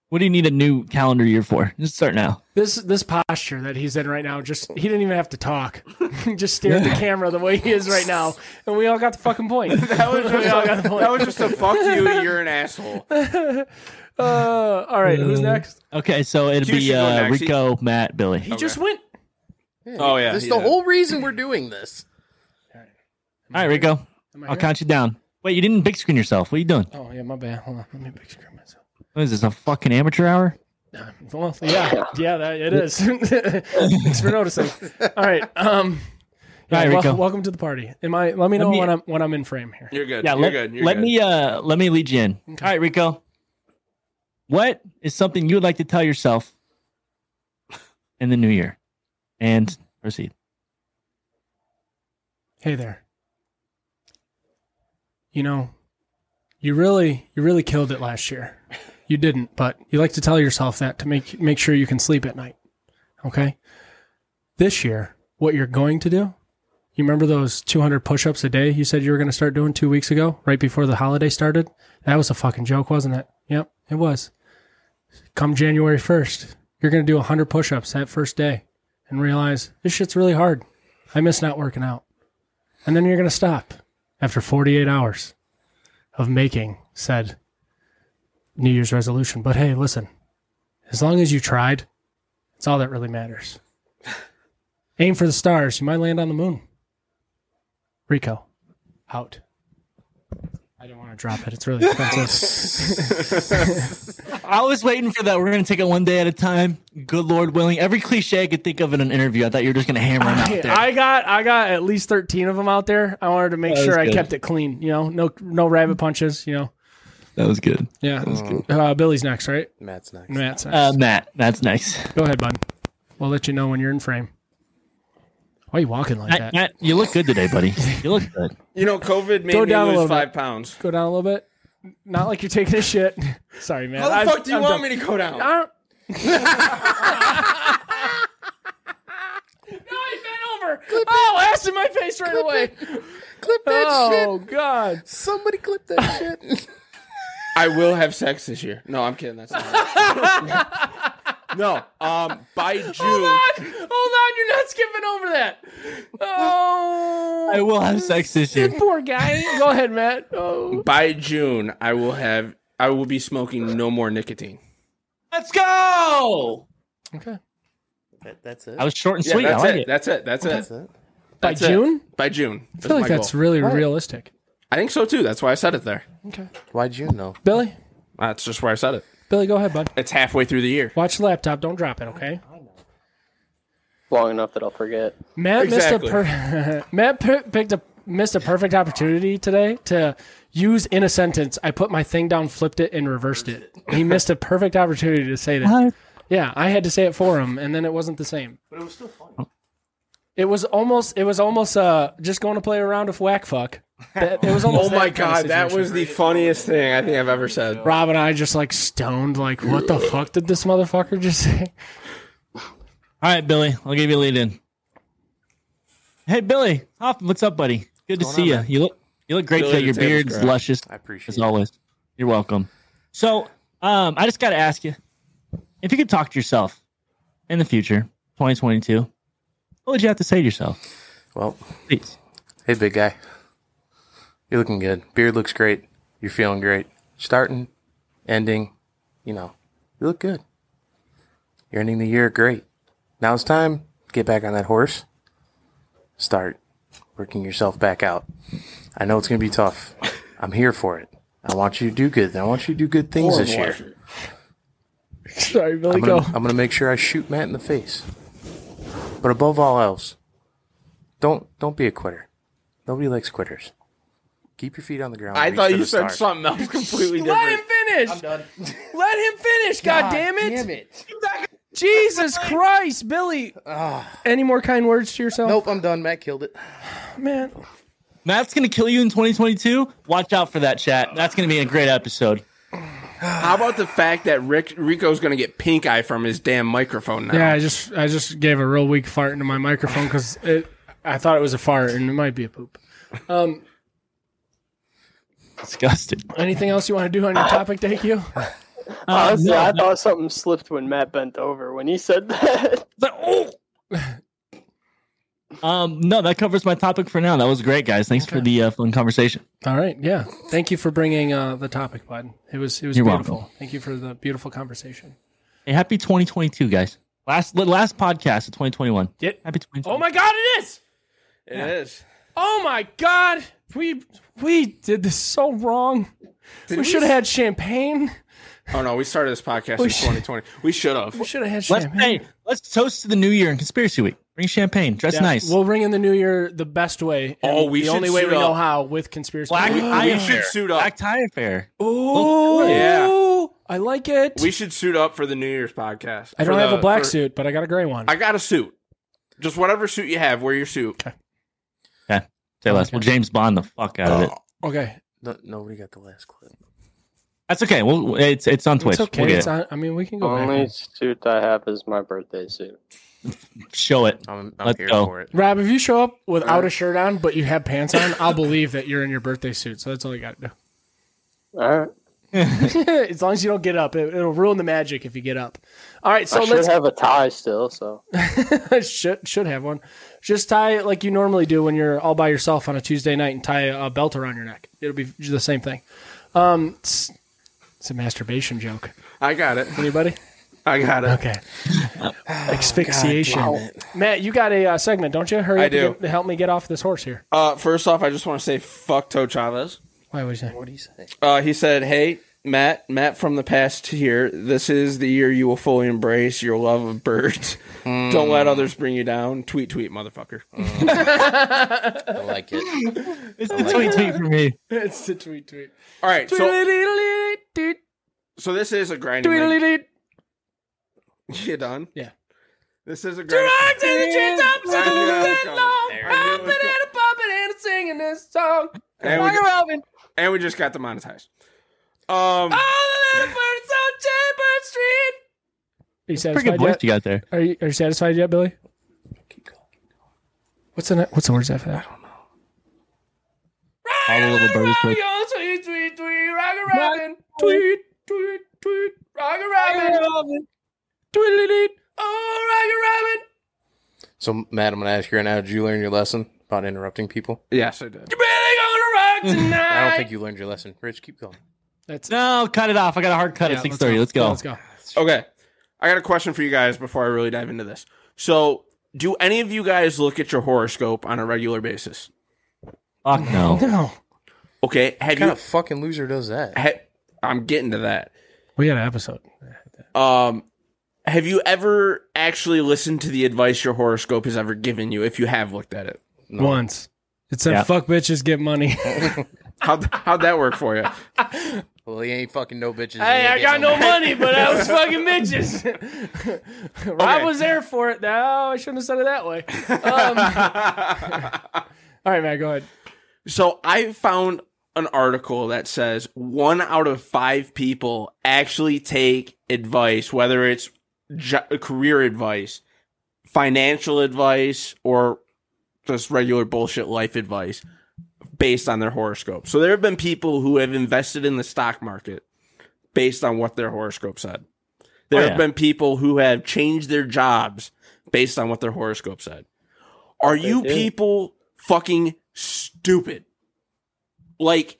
Speaker 3: What do you need a new calendar year for? Just start now.
Speaker 1: this this posture that he's in right now. Just he didn't even have to talk. He just stare at the camera the way he is right now, and we all got the fucking point.
Speaker 4: That was
Speaker 1: we all got
Speaker 4: just
Speaker 1: the
Speaker 4: a,
Speaker 1: point.
Speaker 4: that was just a fuck you. You're an asshole.
Speaker 1: Uh, all right, who's next?
Speaker 3: Okay, so it'd
Speaker 4: Q should
Speaker 3: be
Speaker 4: go
Speaker 3: uh,
Speaker 4: next. He-
Speaker 3: Rico, Matt, Billy.
Speaker 1: He just went.
Speaker 4: Oh yeah,
Speaker 2: That's
Speaker 4: he
Speaker 2: the
Speaker 4: did.
Speaker 2: whole reason we're doing this.
Speaker 3: All right, Rico,
Speaker 1: Am I
Speaker 3: I'll
Speaker 1: here?
Speaker 3: count you down. Wait, you didn't big screen yourself. What are you doing?
Speaker 1: Oh yeah, my bad. Hold on, let me big screen myself.
Speaker 3: What is this? A fucking amateur hour?
Speaker 1: Well, yeah, yeah, that, it is. Thanks for noticing. All right, um, yeah,
Speaker 3: All right,
Speaker 1: wel-
Speaker 3: Rico.
Speaker 1: welcome to the party. Am I? Let me know
Speaker 3: me-
Speaker 1: when I'm when I'm in frame here.
Speaker 4: You're good.
Speaker 3: Yeah,
Speaker 4: you're
Speaker 3: let,
Speaker 4: good. You're
Speaker 3: let
Speaker 4: good.
Speaker 3: me uh let me lead you in. All right, Rico. What is something you would like to tell yourself in the new year? And proceed.
Speaker 1: Hey there. You know, you really you really killed it last year. You didn't, but you like to tell yourself that to make make sure you can sleep at night. Okay? This year, what you're going to do? You remember those 200 push-ups a day you said you were going to start doing 2 weeks ago, right before the holiday started? That was a fucking joke, wasn't it? Yep, it was. Come January 1st, you're going to do 100 push-ups that first day and realize this shit's really hard. I miss not working out and then you're going to stop after 48 hours of making said New Year's resolution. But hey, listen, as long as you tried, it's all that really matters. Aim for the stars. You might land on the moon. Rico, out. I didn't want to drop it. It's really expensive.
Speaker 3: I was waiting for that. We're gonna take it one day at a time. Good Lord willing. Every cliche I could think of in an interview. I thought you were just gonna hammer them out there.
Speaker 1: I got I got at least 13 of them out there. I wanted to make
Speaker 3: That was
Speaker 1: sure I
Speaker 3: good.
Speaker 1: kept it clean, you know. No no rabbit punches, you know.
Speaker 3: that was good.
Speaker 1: Yeah. Uh, Billy's next, right?
Speaker 2: Matt's next.
Speaker 1: Matt's next.
Speaker 3: Uh, Matt, that's nice.
Speaker 1: Go ahead, bud. We'll let you know when you're in frame. Why are you walking like
Speaker 3: Matt,
Speaker 1: that?
Speaker 3: Matt, you look good today, buddy. You look good.
Speaker 4: You know, COVID made
Speaker 1: Go
Speaker 4: me
Speaker 1: down a
Speaker 4: lose
Speaker 1: little bit.
Speaker 4: five pounds.
Speaker 1: Go down a little bit. Not like you're taking a shit. Sorry, man.
Speaker 4: How the
Speaker 1: I-
Speaker 4: fuck do you
Speaker 1: I'm
Speaker 4: want
Speaker 1: done.
Speaker 4: me to go down?
Speaker 1: I don't... no, I bent over. oh, ass in my face right away.
Speaker 2: Clip that
Speaker 1: Oh
Speaker 2: shit.
Speaker 1: God.
Speaker 2: Somebody clip that shit.
Speaker 4: I will have sex this year. No, I'm kidding. That's not. no, um, by June.
Speaker 1: Hold on. Hold on. You're not skipping over that. Oh.
Speaker 3: I will have sex this year.
Speaker 1: Poor guy. Go ahead, Matt. Oh.
Speaker 4: By June, I will have. I will be smoking no more nicotine.
Speaker 3: Let's go.
Speaker 1: Okay.
Speaker 2: That, that's it.
Speaker 3: I was short and
Speaker 4: Yeah,
Speaker 3: sweet.
Speaker 4: that's
Speaker 3: I like
Speaker 4: it.
Speaker 3: it.
Speaker 4: That's it. That's
Speaker 2: that's
Speaker 4: it.
Speaker 2: it.
Speaker 1: By
Speaker 4: That's it.
Speaker 1: June?
Speaker 4: By June.
Speaker 1: I feel like that's really
Speaker 2: Right.
Speaker 1: realistic.
Speaker 4: I think so too. That's why I said it there.
Speaker 1: Okay.
Speaker 2: Why June though?
Speaker 1: Billy?
Speaker 4: That's just where I said it.
Speaker 1: Billy, go ahead, bud.
Speaker 4: It's halfway through the year.
Speaker 1: Watch the laptop. Don't drop it, okay?
Speaker 5: Long enough that I'll forget.
Speaker 1: Matt
Speaker 4: Exactly.
Speaker 1: missed a per- Matt p- picked a missed a perfect opportunity today to use in a sentence. I put my thing down, flipped it, and reversed it. He missed a perfect opportunity to say that. Yeah, I had to say it for him, and then it wasn't the same. But it was still funny. It was almost. It was almost uh, just going to play a round of whack fuck. That- It was almost.
Speaker 4: Oh my
Speaker 1: that kind of
Speaker 4: god, that
Speaker 1: situation.
Speaker 4: was the funniest thing I think I've ever said.
Speaker 1: Rob and I just like stoned. Like, what the fuck did this motherfucker just say?
Speaker 3: All right, Billy. I'll give you a lead in. Hey, Billy. Hoff, what's up, buddy? Good to see you. You look you look great
Speaker 4: Billy
Speaker 3: today.
Speaker 4: the
Speaker 3: Your
Speaker 4: Table's
Speaker 3: beard's
Speaker 4: correct.
Speaker 3: luscious
Speaker 2: I appreciate
Speaker 3: as
Speaker 2: it.
Speaker 3: always. You're welcome. So, um, I just got to ask you if you could talk to yourself in the future, 2022. What would you have to say to yourself?
Speaker 2: Well,
Speaker 3: Please.
Speaker 2: hey, big guy. You're looking good. Beard looks great. You're feeling great. Starting, ending, you know, you look good. You're ending the year great. Now it's time to get back on that horse. Start working yourself back out. I know it's going to be tough. I'm here for it. I want you to do good. I want you to do good things this year.
Speaker 1: Sorry, Billy.
Speaker 2: I'm gonna,
Speaker 1: Go.
Speaker 2: I'm gonna make sure I shoot Matt in the face. But above all else, don't don't be a quitter. Nobody likes quitters. Keep your feet on the ground.
Speaker 4: I
Speaker 2: reach
Speaker 4: thought
Speaker 2: for
Speaker 4: you
Speaker 2: the
Speaker 4: said
Speaker 2: stars.
Speaker 4: something else completely
Speaker 1: Let him
Speaker 4: different.
Speaker 1: finish. Let him finish. God, damn it. Jesus Christ, Billy. Any more kind words to yourself?
Speaker 2: Nope, I'm done. Matt killed it.
Speaker 1: man.
Speaker 3: Matt's going to kill you in 2022. Watch out for that chat. That's going to be a great episode.
Speaker 4: How about the fact that Rick Rico's gonna get pink eye from his damn microphone now?
Speaker 1: Yeah, I just I just gave a real weak fart into my microphone because it I thought it was a fart and it might be a poop. Um,
Speaker 3: Disgusted.
Speaker 1: anything else you want to do on your topic, thank you.
Speaker 5: Honestly,
Speaker 3: Uh, no,
Speaker 5: I
Speaker 3: no.
Speaker 5: thought something slipped when Matt bent over when he said that.
Speaker 3: But oh. um, no, that covers my topic for now. That was great, guys. Thanks for the uh, fun conversation.
Speaker 1: All right, yeah. Thank you for bringing uh, the topic, bud. It was it was
Speaker 3: You're
Speaker 1: beautiful.
Speaker 3: welcome.
Speaker 1: Thank you for the beautiful conversation.
Speaker 3: Hey, happy 2022, guys. Last li- last podcast of 2021.
Speaker 1: Yeah.
Speaker 3: Happy 2022.
Speaker 1: Oh my God, it is!
Speaker 4: It is.
Speaker 1: Oh my God, we we did this so wrong. we should have had champagne.
Speaker 4: Oh no, we started this podcast in
Speaker 1: sh-
Speaker 4: 2020. We should have.
Speaker 1: We should have had
Speaker 3: Let's
Speaker 1: champagne.
Speaker 3: hey, let's toast to the new year and conspiracy week. Bring champagne. Dress
Speaker 1: Yeah,
Speaker 3: nice.
Speaker 1: We'll uh, ring in the new year the best way. and
Speaker 4: Oh, we
Speaker 1: the
Speaker 4: should
Speaker 1: only way we
Speaker 4: suit
Speaker 1: know
Speaker 4: up.
Speaker 1: how with conspiracy.
Speaker 3: Black
Speaker 1: Theory.
Speaker 3: tie
Speaker 4: we
Speaker 3: affair.
Speaker 4: should suit up.
Speaker 3: Black tie affair.
Speaker 1: Ooh,
Speaker 4: Oh, Yeah.
Speaker 1: I like it.
Speaker 4: We should suit up for the New Year's podcast.
Speaker 1: I don't
Speaker 4: For
Speaker 1: have
Speaker 4: the-
Speaker 1: a black
Speaker 4: for-
Speaker 1: suit, but I got a gray one.
Speaker 4: I got a suit. Just whatever suit you have, wear your suit.
Speaker 3: Say less. Well, James Bond the fuck out of it.
Speaker 1: okay,
Speaker 2: No, nobody got the last clip.
Speaker 3: That's okay. Well, it's it's on Twitch.
Speaker 1: it's okay.
Speaker 3: We'll get
Speaker 1: It's
Speaker 3: it.
Speaker 1: on, I mean, we can
Speaker 5: The
Speaker 1: go
Speaker 5: only
Speaker 1: back.
Speaker 5: suit I have is my birthday suit.
Speaker 3: Show it.
Speaker 2: I'm, I'm
Speaker 3: Let's
Speaker 2: here
Speaker 3: go.
Speaker 2: for it.
Speaker 1: Rob, if you show up without a shirt on but you have pants on, I'll believe that you're in your birthday suit. So that's all you got to do.
Speaker 5: All right.
Speaker 1: as long as you don't get up, it, it'll ruin the magic if you get up. All right, so
Speaker 5: I should
Speaker 1: let's
Speaker 5: have a tie still, so
Speaker 1: should should have one. Just tie it like you normally do when you're all by yourself on a Tuesday night and tie a belt around your neck. It'll be the same thing. Um, it's, it's a masturbation joke.
Speaker 4: I got it.
Speaker 1: Anybody?
Speaker 4: I got it.
Speaker 1: Okay. Oh, Asphyxiation. Matt, you got a uh, segment, don't you? Hurry
Speaker 4: I
Speaker 1: up and
Speaker 4: do.
Speaker 1: get- help me get off this horse here.
Speaker 4: Uh, first off, I just want to say fuck Toe Chavez.
Speaker 1: Why was that?
Speaker 2: What do you say?
Speaker 4: Uh, he said, "Hey, Matt, Matt from the past here. This is the year you will fully embrace your love of birds. Don't let others bring you down. Tweet, tweet, motherfucker.
Speaker 2: I like it.
Speaker 3: It's a tweet tweet for me.
Speaker 1: It's the tweet tweet.
Speaker 4: All right. So, so this is a grinding. Mag- you done?
Speaker 1: Yeah.
Speaker 4: This is a grinding. And we, and we just got demonetized. Um,
Speaker 1: Are you
Speaker 3: Pretty
Speaker 1: satisfied
Speaker 3: good voice
Speaker 1: yet?
Speaker 3: you got there.
Speaker 1: Are you, are you satisfied yet, Billy? What's the ne- what's the words after that?
Speaker 3: All the little birds. look-
Speaker 1: tweet tweet tweet rock a robin tweet tweet tweet rock a robin tweet oh rock a robin
Speaker 2: So, Matt, I'm gonna ask you right now. Did you learn your lesson about interrupting people?
Speaker 4: yes, I did.
Speaker 1: really
Speaker 4: Mm.
Speaker 1: gonna rock tonight.
Speaker 2: I don't think you learned your lesson. Rich, keep going.
Speaker 1: That's
Speaker 3: No, cut it off. I got a hard cut
Speaker 1: Yeah,
Speaker 3: at six thirty. Let's
Speaker 1: Yeah,
Speaker 3: go.
Speaker 1: Let's go.
Speaker 4: Okay. I got a question for you guys before I really dive into this. So, do any of you guys look at your horoscope on a regular basis?
Speaker 3: Fuck no.
Speaker 1: No.
Speaker 4: Okay. Have
Speaker 2: What kind
Speaker 4: you?
Speaker 2: of fucking loser does that?
Speaker 4: ha- I'm getting to that.
Speaker 1: We had an episode.
Speaker 4: Um, have you ever actually listened to the advice your horoscope has ever given you? If you have looked at it,
Speaker 1: Once. It said,
Speaker 3: Yeah.
Speaker 1: fuck bitches, get money.
Speaker 4: how how'd that work for you?
Speaker 2: Well, he ain't fucking no bitches.
Speaker 1: Hey, I got no money, but I was fucking bitches. Rob
Speaker 4: Okay.
Speaker 1: was there for it. No, I shouldn't have said it that way. Um, all right, man, go ahead.
Speaker 4: So I found an article that says one out of five people actually take advice, whether it's jo- career advice, financial advice, or just regular bullshit life advice based on their horoscope. So there have been people who have invested in the stock market based on what their horoscope said. There
Speaker 3: Oh,
Speaker 4: have
Speaker 3: yeah.
Speaker 4: been people who have changed their jobs based on what their horoscope said. Are you
Speaker 5: do.
Speaker 4: people fucking stupid? Like,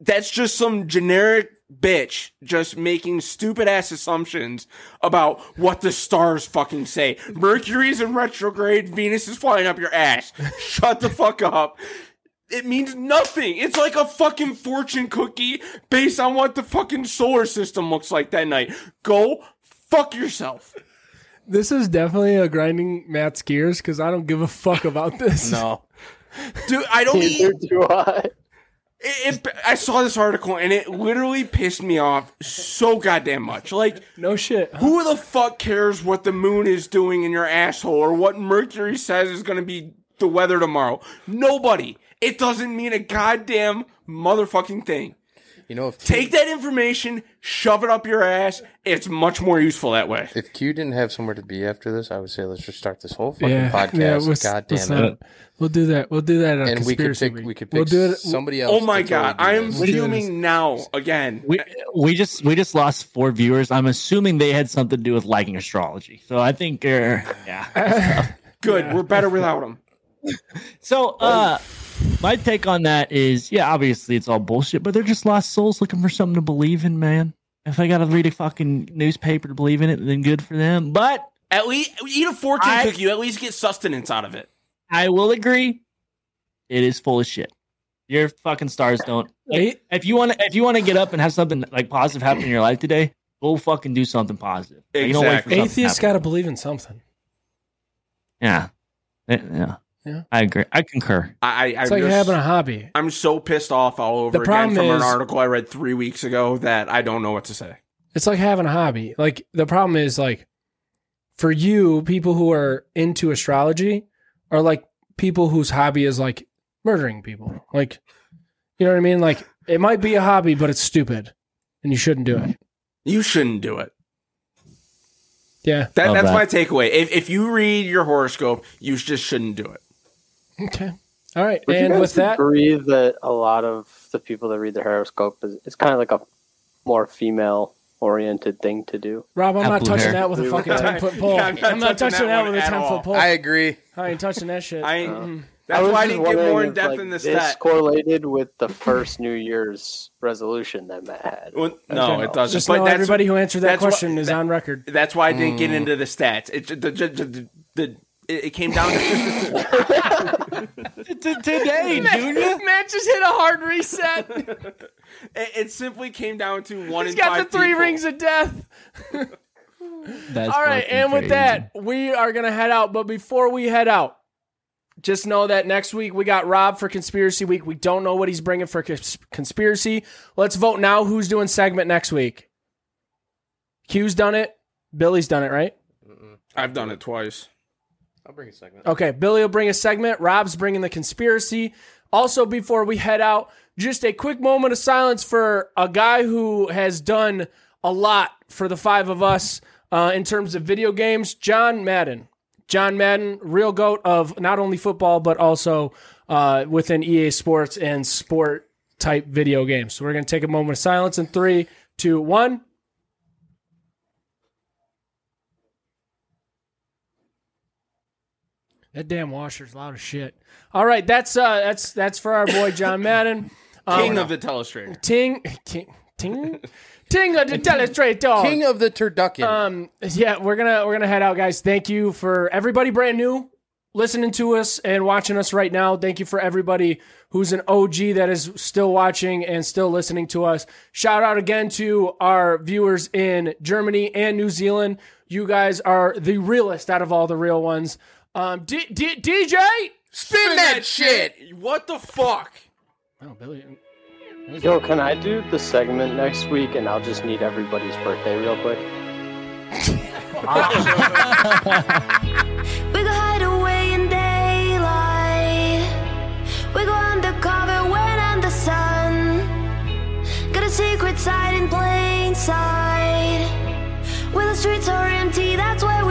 Speaker 4: that's just some generic bitch just making stupid ass assumptions about what the stars fucking say. Mercury's in retrograde, Venus is flying up your ass. Shut the fuck up. It means nothing. It's like a fucking fortune cookie based on what the fucking solar system looks like that night. Go fuck yourself.
Speaker 1: This is definitely a grinding Matt's gears because I don't give a fuck about this.
Speaker 2: No.
Speaker 4: Dude, I don't
Speaker 5: Neither
Speaker 4: need
Speaker 5: do I.
Speaker 4: it, it, I saw this article and it literally pissed me off so goddamn much. Like
Speaker 1: No shit.
Speaker 4: Who the fuck cares what the moon is doing in your asshole or what Mercury says is going to be the weather tomorrow? Nobody. It doesn't mean a goddamn motherfucking thing.
Speaker 2: You know, if Q,
Speaker 4: Take that information, shove it up your ass. It's much more useful that way.
Speaker 2: if Q didn't have somewhere to be after this, I would say let's just start this whole fucking podcast.
Speaker 1: let's-
Speaker 2: God
Speaker 1: let's
Speaker 2: damn it.
Speaker 1: not- We'll do that. We'll do that. On
Speaker 2: And we could
Speaker 1: conspiracy
Speaker 2: pick.
Speaker 1: week.
Speaker 2: We could pick
Speaker 1: We'll do it.
Speaker 2: somebody else.
Speaker 4: Oh my
Speaker 2: to totally
Speaker 4: god,
Speaker 2: do
Speaker 4: I am
Speaker 2: this.
Speaker 1: We'll do this.
Speaker 4: fuming now again.
Speaker 3: We we just we just lost four viewers. I'm assuming they had something to do with liking astrology. So I think uh, yeah.
Speaker 4: Good, we're better without him.
Speaker 3: So uh my take on that is yeah, obviously it's all bullshit, but they're just lost souls looking for something to believe in, man. If I gotta read a fucking newspaper to believe in it, then good for them. But
Speaker 4: At least eat a fortune
Speaker 3: I-
Speaker 4: cookie. At least get sustenance out of it.
Speaker 3: I will agree, it is full of shit. Your fucking stars don't.
Speaker 1: Eight?
Speaker 3: If you want to, if you want to get up and have something like positive happen in your life today, go fucking do something positive. Like, don't wait for
Speaker 4: Exactly.
Speaker 3: something to
Speaker 1: Atheists
Speaker 3: happen.
Speaker 1: got to believe in something.
Speaker 3: Yeah. Eh, Yeah.
Speaker 1: Yeah.
Speaker 3: I agree. I concur.
Speaker 4: I, I
Speaker 1: It's
Speaker 4: I'm
Speaker 1: like
Speaker 4: just-
Speaker 1: having a hobby.
Speaker 4: I'm so pissed off all over
Speaker 1: The
Speaker 4: again
Speaker 1: problem
Speaker 4: from an
Speaker 1: is-
Speaker 4: article I read three weeks ago that I don't know what to say.
Speaker 1: It's like having a hobby. Like the problem is like for you, people who are into astrology are like people whose hobby is like murdering people. Like you know what I mean? Like it might be a hobby, but it's stupid. And you shouldn't do it.
Speaker 4: You shouldn't do it.
Speaker 1: Yeah.
Speaker 4: That,
Speaker 3: Love
Speaker 4: that's
Speaker 3: that.
Speaker 4: my takeaway. If, if you read your horoscope, you just shouldn't do it.
Speaker 1: Okay. All right.
Speaker 5: Would you
Speaker 1: and
Speaker 5: guys
Speaker 1: with that
Speaker 5: agree that a lot of the people that read the horoscope is it's kind of like a more female-oriented thing to do.
Speaker 1: Rob, I'm
Speaker 3: Apple
Speaker 1: not touching
Speaker 3: hair.
Speaker 1: that with a fucking ten foot pole.
Speaker 4: Yeah,
Speaker 1: I'm not, touching that,
Speaker 4: one
Speaker 1: with a
Speaker 4: at
Speaker 1: ten
Speaker 4: all.
Speaker 1: foot pole.
Speaker 2: I
Speaker 1: I,
Speaker 2: agree.
Speaker 1: ain't touching that shit.
Speaker 4: I mm,
Speaker 5: Uh,
Speaker 4: that's
Speaker 5: was
Speaker 4: why I
Speaker 5: just
Speaker 4: didn't get more
Speaker 5: wondering
Speaker 4: in
Speaker 5: if,
Speaker 4: depth
Speaker 5: like,
Speaker 4: in this
Speaker 5: This
Speaker 4: stat.
Speaker 5: correlated with the first New Year's resolution that Matt had.
Speaker 4: Well, no,
Speaker 1: Okay.
Speaker 4: it doesn't.
Speaker 1: Just
Speaker 4: but
Speaker 1: know
Speaker 4: that's,
Speaker 1: everybody Mm. who answered that
Speaker 4: that's why-
Speaker 1: question is
Speaker 4: that-
Speaker 1: on record.
Speaker 4: that's why I didn't get into the stats. It the, the, the, the- it it came down to
Speaker 3: Today, Junior.
Speaker 1: Matt just hit a hard reset.
Speaker 4: it, it simply came down to one.
Speaker 1: He's
Speaker 4: in
Speaker 1: got
Speaker 4: five
Speaker 1: the three
Speaker 4: people.
Speaker 1: rings of death. All right, and with that, we are gonna head out. But before we head out, just know that next week we got Rob for Conspiracy Week. We don't know what he's bringing for cons- conspiracy. Let's vote now. Who's doing segment next week? Q's done it. Billy's done it, right?
Speaker 4: I've done it twice.
Speaker 2: I'll bring a segment.
Speaker 1: Okay, Billy will bring a segment. Rob's bringing the conspiracy. Also, before we head out, just a quick moment of silence for a guy who has done a lot for the five of us uh, in terms of video games, John Madden. John Madden, real goat of not only football, but also uh, within EA Sports and sport type video games. So we're going to take a moment of silence in three, two, one. That damn washer's loud as shit. All right, that's uh, that's that's for our boy John Madden.
Speaker 4: Oh, King of the telestrator.
Speaker 1: Ting, King, Ting, ting of the
Speaker 4: Oh.
Speaker 1: telestrator.
Speaker 2: King of the turducken.
Speaker 1: Um, yeah, we're gonna we're gonna head out, guys. Thank you for everybody brand new listening to us and watching us right now. Thank you for everybody who's an OG that is still watching and still listening to us. Shout out again to our viewers in Germany and New Zealand. You guys are the realest out of all the real ones. Um, D- D- DJ.
Speaker 4: Spin that shit. What the fuck?
Speaker 1: Oh, Billy.
Speaker 5: Yo, can I do the segment next week and I'll just need everybody's birthday real quick?
Speaker 8: We go hide away in daylight. We go undercover when under sun. Got a secret side in plain sight. Where the streets are empty, that's where